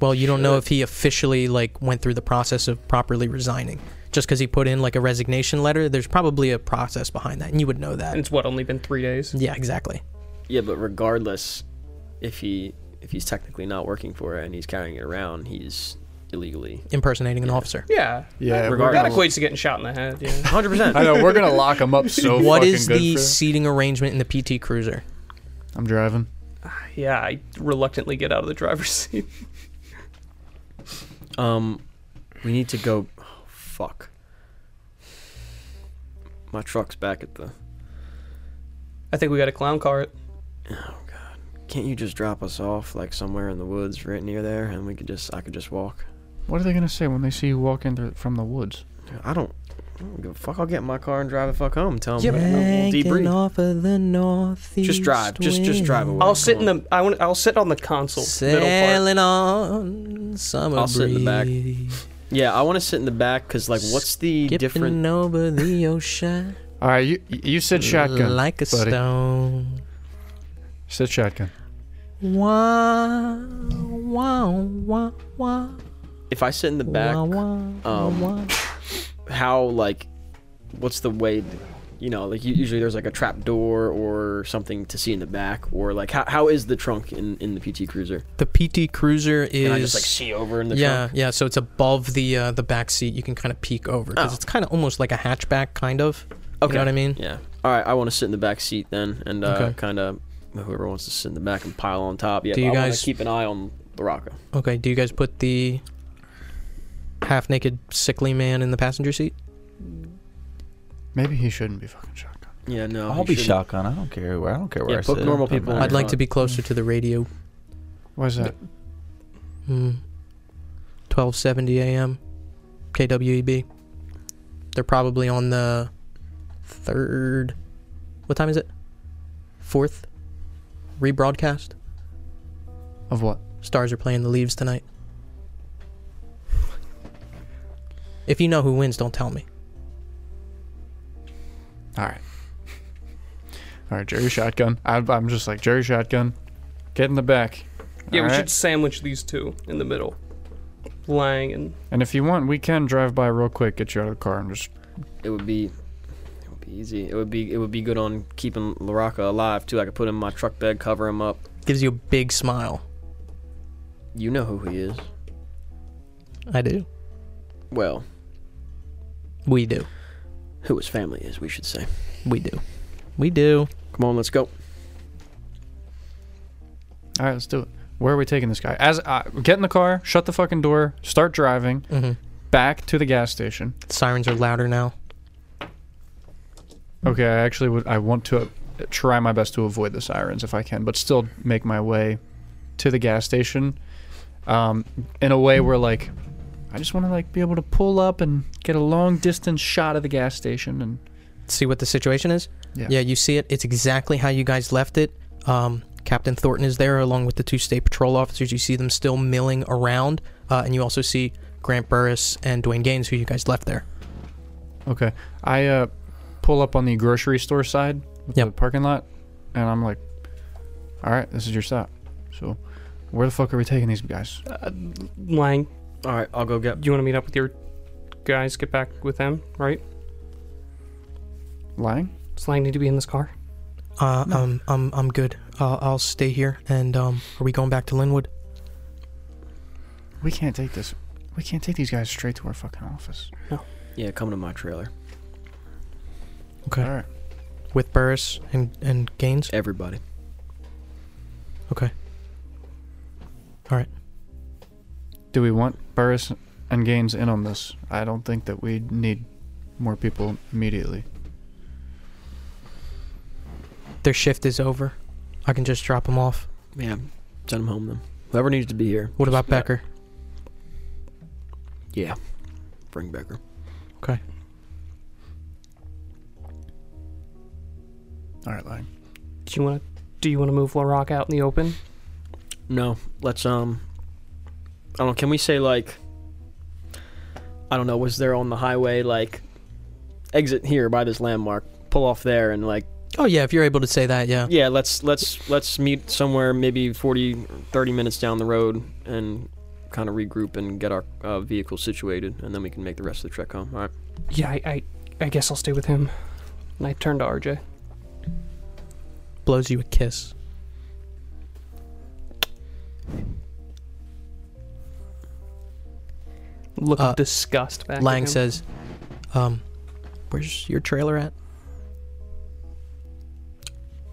S4: Well, you don't know if he officially like went through the process of properly resigning. Just cuz he put in like a resignation letter, there's probably a process behind that, and you would know
S7: And
S4: that.
S7: it's what only been three days.
S4: Yeah, exactly.
S9: Yeah, but regardless, if he if he's technically not working for it and he's carrying it around, he's illegally.
S4: Impersonating an officer.
S7: Yeah.
S5: yeah, we're
S7: That
S5: gonna,
S7: equates to getting shot in the head. Yeah.
S9: 100. percent
S5: I know we're gonna lock him up so
S4: what
S5: fucking
S4: is
S5: good
S4: the
S5: for-
S4: seating arrangement in the PT Cruiser?
S5: I'm driving.
S7: yeah, I reluctantly get out of the driver's seat.
S9: Um, we need to go. Oh, fuck. My truck's back at the.
S7: I think we got a clown car. it.
S9: Can't you just drop us off like somewhere in the woods, right near there, and we could just I could just walk.
S5: What are they gonna say when they see you walk in th- from the woods?
S9: I don't. I don't give a fuck. I'll get in my car and drive the fuck home. Tell
S7: Yeah,
S9: them we'll
S4: Banking
S9: Oh, debrief.
S4: off of the northeast
S9: Just drive. Just just drive
S4: wind.
S9: away.
S7: I'll sit in
S9: Come on.
S7: the. I want. I'll sit on the console. Middle part.
S4: Sailing on summer
S9: I'll sit in the back.
S4: breeze.
S9: Yeah, I want to sit in the back because like, what's the
S4: Skipping
S9: different?
S4: over the ocean
S5: All right, you you said shotgun.
S4: like a
S5: buddy.
S4: stone.
S5: Said shotgun.
S4: Wah, wah, wah, wah,
S9: If I sit in the back,
S4: wah, wah,
S9: um,
S4: wah.
S9: how like what's the way you know like u- usually there's like a trap door or something to see in the back or like how, how is the trunk in in the pt cruiser
S4: The PT Cruiser is
S9: and i just like see over in the
S4: yeah,
S9: trunk
S4: yeah. So it's above the uh, the back seat. You can kind of peek over because
S9: Oh.
S4: it's kind of almost like a hatchback, kind of. You
S9: Okay.
S4: know what I mean?
S9: yeah all right i want to sit in the back seat then and uh
S4: Okay.
S9: kind of whoever wants to sit in the back and pile on top yeah
S4: Do you
S9: i want
S4: guys-
S9: to keep an eye on the rocker
S4: Okay. Do you guys put the half naked, sickly man in the passenger seat?
S5: Maybe he shouldn't be fucking shotgun.
S9: yeah no
S3: I'll
S9: Oh, you
S3: be
S9: shouldn't.
S3: shotgun. I don't care where. I don't care where
S9: Yeah,
S3: I
S9: put
S3: sit.
S9: normal
S3: Doesn't
S9: people in
S3: matter.
S4: I'd like to be closer to the radio.
S5: Why's that?
S4: Mm. 1270 AM KWEB. E They're probably on the third. What time is it? Fourth rebroadcast.
S5: Of what?
S4: Stars are playing the leaves tonight. If you know who wins, don't tell me.
S5: All right. All right, Jerry shotgun. I'm, I'm just like Jerry shotgun. Get in the back.
S7: Yeah, we
S5: All
S7: should
S5: right?
S7: sandwich these two in the middle. Lang and
S5: And if you want, we can drive by real quick, get you out of the car, and just
S9: it would be it would be easy it would be it would be good on keeping the rocker alive too i could put him in my truck bed cover him up
S4: Gives you a big smile.
S9: you know who he is
S4: I do.
S9: well
S4: We do.
S9: who his family is, we should say.
S4: We do. We do.
S9: Come on, let's go.
S5: All right, let's do it. Where are we taking this guy? As uh, get in the car, shut the fucking door, start driving
S4: hmm
S5: back to the gas station.
S4: Sirens are louder now.
S5: Okay, I actually would. I want to uh, try my best to avoid the sirens if I can, but still make my way to the gas station um, in a way where like I just want to like be able to pull up and get a long distance shot of the gas station and
S4: See what the situation is?
S5: Yeah.
S4: you see it. It's exactly how you guys left it. Um, Captain Thornton is there along with the two state patrol officers. You see them still milling around. Uh, and you also see Grant Burris and Dwayne Gaines, who you guys left there.
S5: Okay. I uh, pull up on the grocery store side with
S4: Yep.
S5: the parking lot, and I'm like, all right, this is your stop. So, where the fuck are we taking these guys?
S7: Lang,
S9: All right, I'll go get.
S7: you want to meet up with your guys? Get back with them, right?
S5: Lying?
S7: Does Lang need to be in this car?
S4: Uh, um, I'm, I'm good. Uh, I'll stay here. And um, are we going back to Linwood?
S5: We can't take this. We can't take these guys straight to our fucking office.
S9: Yeah, come to my trailer.
S4: Okay.
S5: All right.
S4: With Burris and, and Gaines?
S9: Everybody.
S5: Do we want Burris and Gaines in on this? I don't think that we need more people immediately.
S4: Their shift is over. I can just drop them off.
S9: Yeah, send them home then. Whoever needs to be here,
S4: What about Becker?
S9: bring Becker.
S5: All right, lying.
S7: Do you want to? Do you want to move Larock out in the open?
S9: No, let's um. I don't. know, Can we say like? I don't know. Was there on the highway like, exit here by this landmark, pull off there, and like,
S4: Oh, yeah, if you're able to say that, yeah.
S9: yeah, let's let's let's meet somewhere maybe 40, 30 minutes down the road and kind of regroup and get our uh, vehicle situated, and then we can make the rest of the trek home. All right.
S7: Yeah, I, I, I guess I'll stay with him. And I turn to RJ.
S4: Blows you a kiss.
S7: Look
S4: Uh,
S7: of disgust back. at
S4: Lang
S7: him.
S4: says, um, where's your trailer at?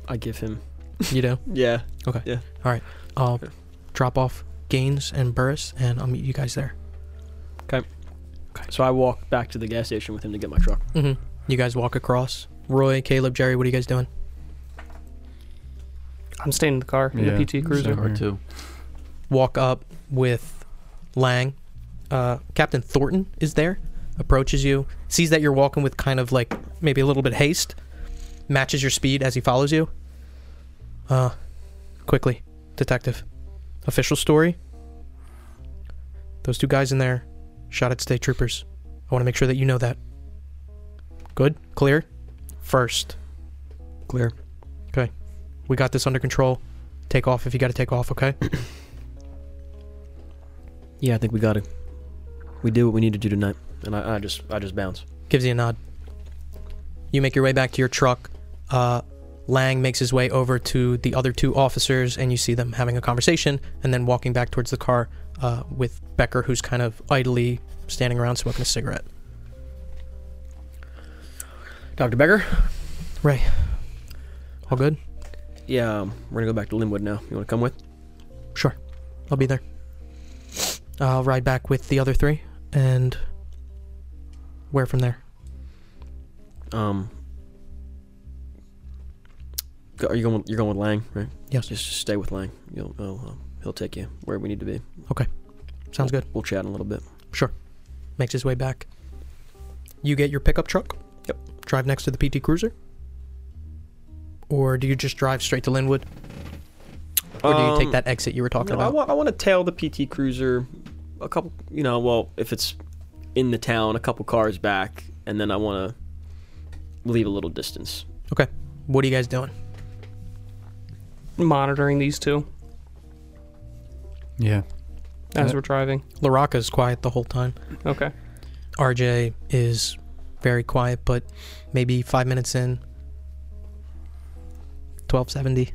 S9: I give him.
S4: You know?
S9: Yeah.
S4: I'll
S9: Okay.
S4: uh, drop off Gaines and Burris, and I'll meet you guys there.
S9: So I walk back to the gas station with him to get my truck.
S4: Mm-hmm. You guys walk across. Roy, Caleb, Jerry, what are you guys doing?
S7: I'm staying in the car in
S5: Yeah,
S7: the PT cruiser.
S5: same.
S3: Or two.
S4: Walk up with Lang. Uh, Captain Thornton is there, approaches you, sees that you're walking with kind of like maybe a little bit haste, matches your speed as he follows you. Uh, quickly, detective. Official story. Those two guys in there shot at state troopers. I want to make sure that you know that. Good? Clear? First. Clear. Okay. We got this under control. Take off if you got to take off, okay?
S9: Yeah, I think we got it. We do what we need to do tonight, and I, I just I just bounce.
S4: gives you a nod. You make your way back to your truck. Uh, Lang makes his way over to the other two officers, and you see them having a conversation and then walking back towards the car uh, with Becker, who's kind of idly standing around smoking a cigarette.
S9: Doctor Becker.
S4: All good?
S9: Yeah, um, we're gonna go back to Linwood now. You wanna come with?
S4: I'll be there. I'll ride back with the other three, and where from there?
S9: Um, go- are you going? With, you're going with Lang, right?
S4: Yes.
S9: Just, just stay with Lang. You'll, he'll, um, he'll take you where we need to be.
S4: Sounds good.
S9: We'll chat in a little bit.
S4: Makes his way back. You get your pickup truck.
S9: Yep.
S4: Drive next to the PT Cruiser. Or do you just drive straight to Linwood? Or do you take that exit you were talking
S9: Um, No, I
S4: about?
S9: want I want to tail the PT Cruiser, a couple. You know, well, if it's in the town, a couple cars back, and then I want to leave a little distance.
S4: what are you guys doing?
S7: Monitoring these two
S5: Yeah.
S7: as
S5: Yeah.
S7: we're driving.
S4: Laraka's quiet the whole time.
S7: Okay.
S4: RJ is very quiet, but maybe five minutes in. 1270.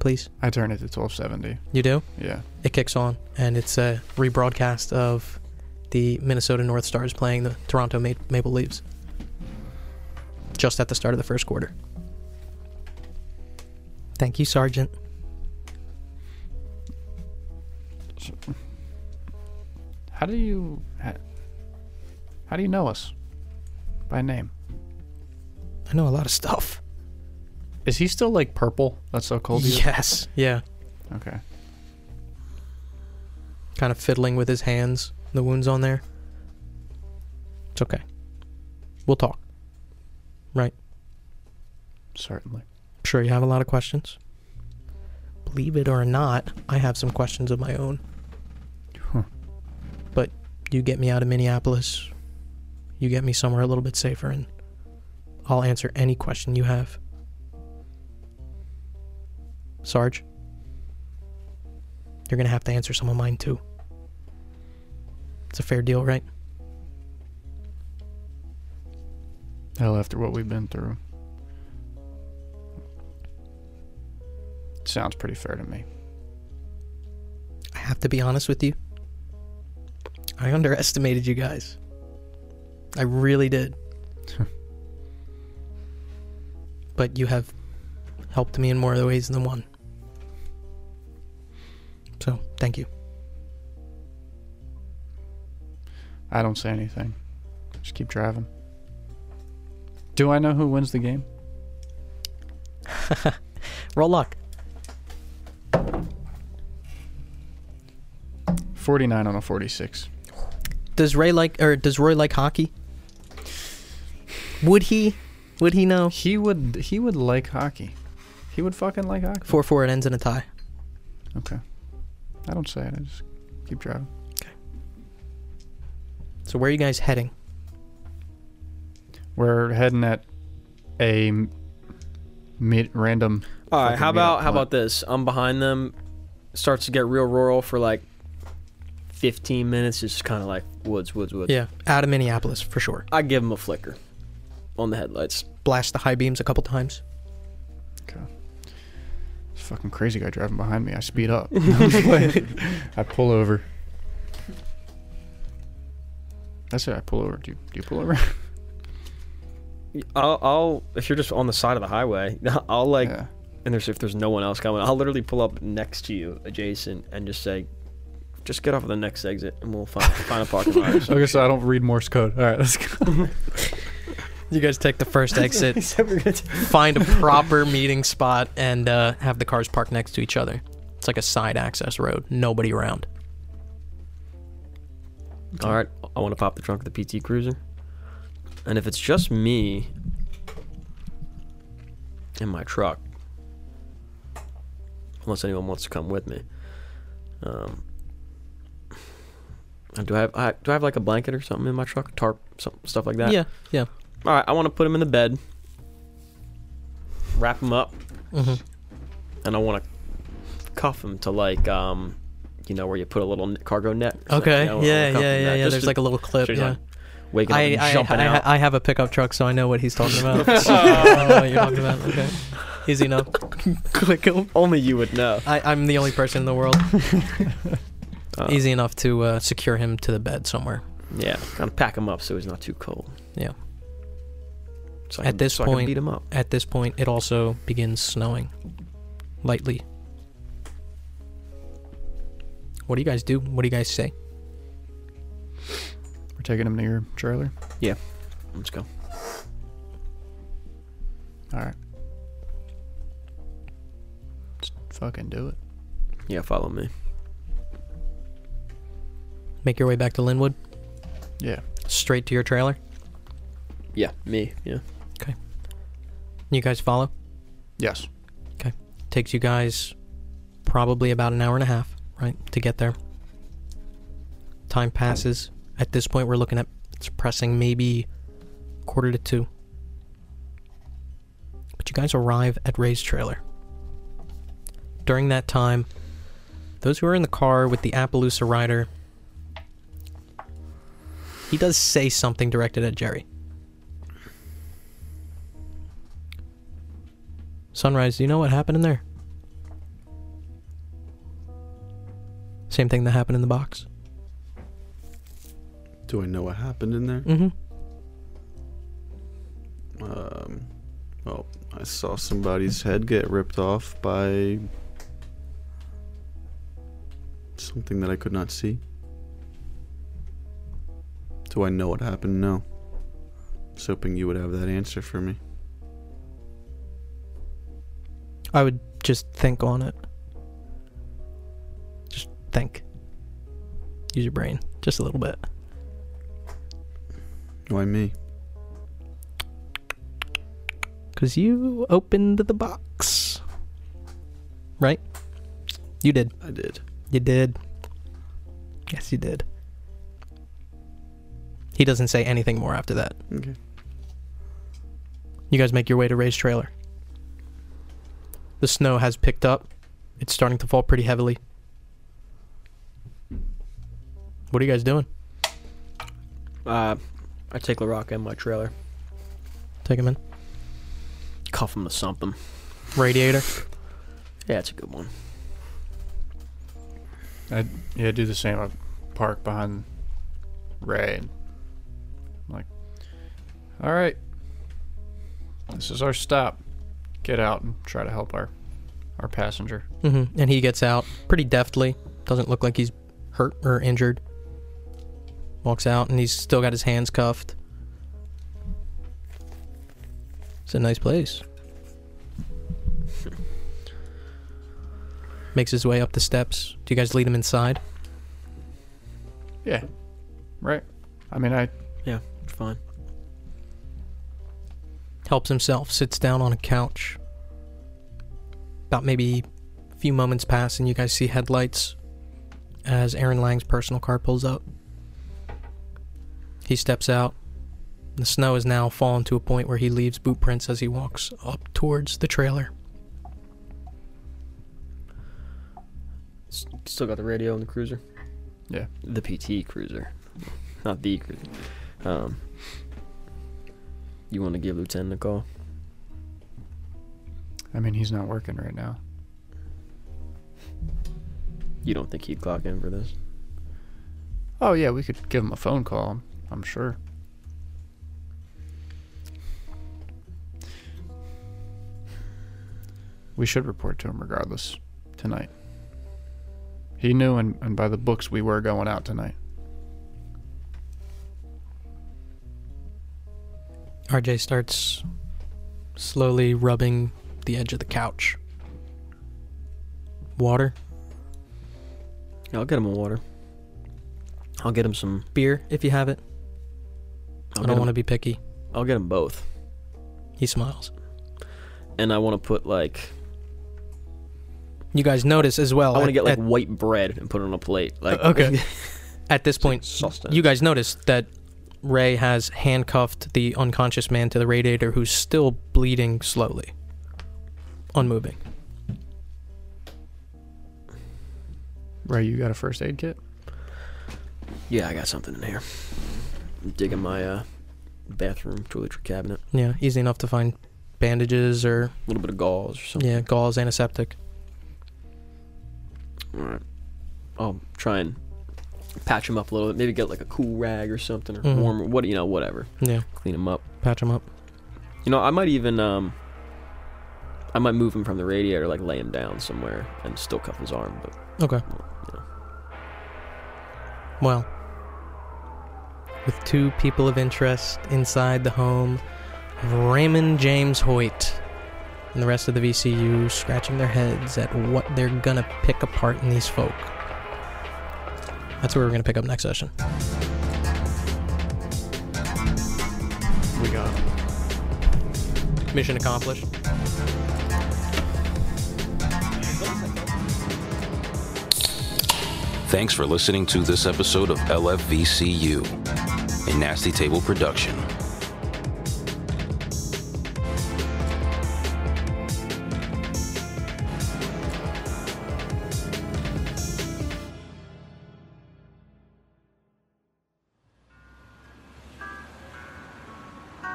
S4: Please.
S5: I turn it to 1270.
S4: You do?
S5: Yeah.
S4: It kicks on, and it's a rebroadcast of the Minnesota North Stars playing the Toronto Ma- Maple Leafs. just at the start of the first quarter. Thank you, Sergeant.
S5: How do you how, how do you know us by name?
S4: I know a lot of stuff.
S5: Is he still like purple? That's so cold. to you?
S4: Yes. Yeah.
S5: Okay.
S4: Kind of fiddling with his hands, the wounds on there. It's okay. We'll talk.
S5: Certainly.
S4: I'm sure you have a lot of questions. Believe it or not, I have some questions of my own.
S5: Huh.
S4: But you get me out of Minneapolis, you get me somewhere a little bit safer, and I'll answer any question you have. Sarge, you're gonna have to answer some of mine too. It's a fair deal, right?
S5: Hell, after what we've been through, sounds pretty fair to me.
S4: I have to be honest with you. I underestimated you guys. I really did. but you have helped me in more ways than one. So, thank you.
S5: I don't say anything. Just keep driving. Do I know who wins the game?
S4: Roll luck.
S5: 49 on a 46.
S4: Does Ray like or does Roy like hockey? Would he? Would he know?
S5: He would he would like hockey. He would fucking like hockey.
S4: 4-4 it ends in a tie.
S5: I don't say it. I just keep driving.
S4: So where are you guys heading?
S5: We're heading at a m- mid random
S9: All right,
S5: Fucking
S9: how
S5: meet up
S9: about how
S5: point.
S9: about this? I'm behind them. Starts to get real rural for like 15 minutes. It's just kind of like woods, woods, woods.
S4: Yeah, out of Minneapolis for sure.
S9: I give them a flicker on the headlights.
S4: Blast the high beams a couple times.
S5: This fucking crazy guy driving behind me. I speed up. I pull over. That's it. I pull over. Do you, do you pull over?
S9: I'll, I'll if you're just on the side of the highway, I'll like
S5: yeah.
S9: and there's if there's no one else coming, I'll literally pull up next to you, adjacent, and just say, "Just get off of the next exit, and we'll find find a parking lot." or something."
S5: Okay, so I don't read Morse code. All right, let's go.
S4: You guys take the first exit.
S9: Except we're gonna t-
S4: find a proper meeting spot and uh, have the cars parked next to each other. It's like a side access road, nobody around.
S9: All right, I want to pop the trunk of the PT Cruiser, and if it's just me in my truck, unless anyone wants to come with me, um, and do I have I, do I have like a blanket or something in my truck, tarp, some, stuff like that?
S4: yeah, yeah.
S9: All right, I want to put him in the bed, wrap him up,
S4: Mhm.
S9: and I want to cuff him to like, um, you know, where you put a little n- cargo net. or something,
S4: Okay.
S9: you know, I
S4: yeah,
S9: wanna cuff
S4: yeah,
S9: him
S4: yeah,
S9: that,
S4: yeah.
S9: just
S4: There's
S9: to-
S4: like a little clip.
S9: so he's
S4: Yeah.
S9: not waking up
S4: I,
S9: and
S4: I,
S9: jumping
S4: I,
S9: out.
S4: I have a pickup truck, so I know what he's talking about. I know what you're talking about. Okay. Easy enough. Click him.
S9: Only you would know.
S4: I, I'm the only person in the world.
S9: Uh,
S4: Easy enough to uh, secure him to the bed somewhere.
S9: Yeah, kind of pack him up so he's not too cold.
S4: Yeah.
S9: So I
S4: At
S9: can,
S4: this
S9: so I
S4: point-
S9: can beat him up.
S4: At this point, it also begins snowing lightly. What do you guys do? What do you guys say?
S5: We're taking him to your trailer.
S9: Let's go.
S5: All right. Let's fucking do it.
S9: Yeah, follow me.
S4: Make your way back to Linwood,
S5: Yeah.
S4: straight to your trailer.
S9: Yeah, me. Yeah.
S4: You guys follow.
S5: Yes.
S4: Takes you guys probably about an hour and a half, right, to get there. Time passes. At this point, we're looking at it's pressing maybe quarter to two. But you guys arrive at Ray's trailer. During that time, those who are in the car with the Appaloosa rider, he does say something directed at Jerry. Sunrise, do you know what happened in there? Same thing that happened in the box.
S3: Do I know what happened in there?
S4: Mm-hmm.
S3: Um, Oh, I saw somebody's head get ripped off by something that I could not see. Do I know what happened? No. I was hoping you would have that answer for me.
S4: I would just think on it. Just think. Use your brain just a little bit.
S3: Why me?
S4: Because you opened the box. Right? You did.
S3: I did.
S4: You did. Yes, you did. He doesn't say anything more after that.
S3: Okay.
S4: You guys make your way to Ray's trailer. The snow has picked up. It's starting to fall pretty heavily. What are you guys doing?
S9: Uh, I take LaRocca in my trailer,
S4: Take him in.
S9: cuff him to something.
S4: Radiator.
S9: Yeah, it's a good one.
S5: Yeah, do the same. I park behind Ray. And I'm like, all right, this is our stop. Get out and try to help our our passenger.
S4: hmm And he gets out pretty deftly. Doesn't look like he's hurt or injured. Walks out, and he's still got his hands cuffed. It's a nice place. Makes his way up the steps. Do you guys lead him inside?
S5: Yeah, right. I mean, I
S9: Fine.
S4: Helps himself, sits down on a couch. About maybe a few moments pass, and you guys see headlights as Aaron Lang's personal car pulls up. He steps out. The snow has now fallen to a point where he leaves boot prints as he walks up towards the trailer.
S9: S- Still got the radio in the cruiser.
S5: Yeah.
S9: The PT cruiser, not the cruiser. Um, you want to give Lieutenant a call?
S5: I mean, he's not working right now.
S9: You don't think he'd clock in for this?
S5: Oh yeah, we could give him a phone call. I'm, I'm sure. We should report to him regardless tonight. He knew, and, and by the books, we were going out tonight.
S4: RJ starts slowly rubbing the edge of the couch. Water,
S9: Yeah, I'll get him a water. I'll get him some.
S4: beer, if you have it. I
S9: I'll get
S4: don't
S9: him-
S4: want to be picky.
S9: I'll get him both.
S4: He smiles.
S9: and I want to put like
S4: You guys notice as well.
S9: Oh, I want to
S4: at-
S9: get like
S4: at-
S9: white bread and put it on a plate. Like
S4: okay. at this point,
S9: Sausage.
S4: you guys notice that Ray has handcuffed the unconscious man to the radiator, who's still bleeding slowly, unmoving.
S5: Ray, you got a first aid kit?
S9: yeah, I got something in here. I'm digging my uh, bathroom toiletry cabinet.
S4: Yeah, easy enough to find bandages or
S9: A little bit of gauze or something.
S4: yeah, gauze, antiseptic.
S9: All right. I'll Um, try and patch him up a little bit. Maybe get like a cool rag or something or
S4: Mhm.
S9: warm. What you know, whatever.
S4: Yeah,
S9: Clean him up.
S4: patch him up.
S9: You know, I might even um. I might move him from the radiator, like lay him down somewhere, and still cuff his arm. But
S4: Okay.
S9: Yeah.
S4: Well, with two people of interest inside the home of Raymond James Hoyt and the rest of the VCU scratching their heads at what they're gonna pick apart in these folk. That's where we're gonna pick up next session.
S5: We got him.
S4: Mission accomplished.
S1: Thanks for listening to this episode of LFVCU, a Nasty Table production.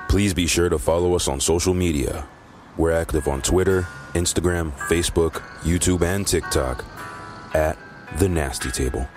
S1: Please be sure to follow us on social media. We're active on Twitter, Instagram, Facebook, YouTube, and TikTok at The Nasty Table.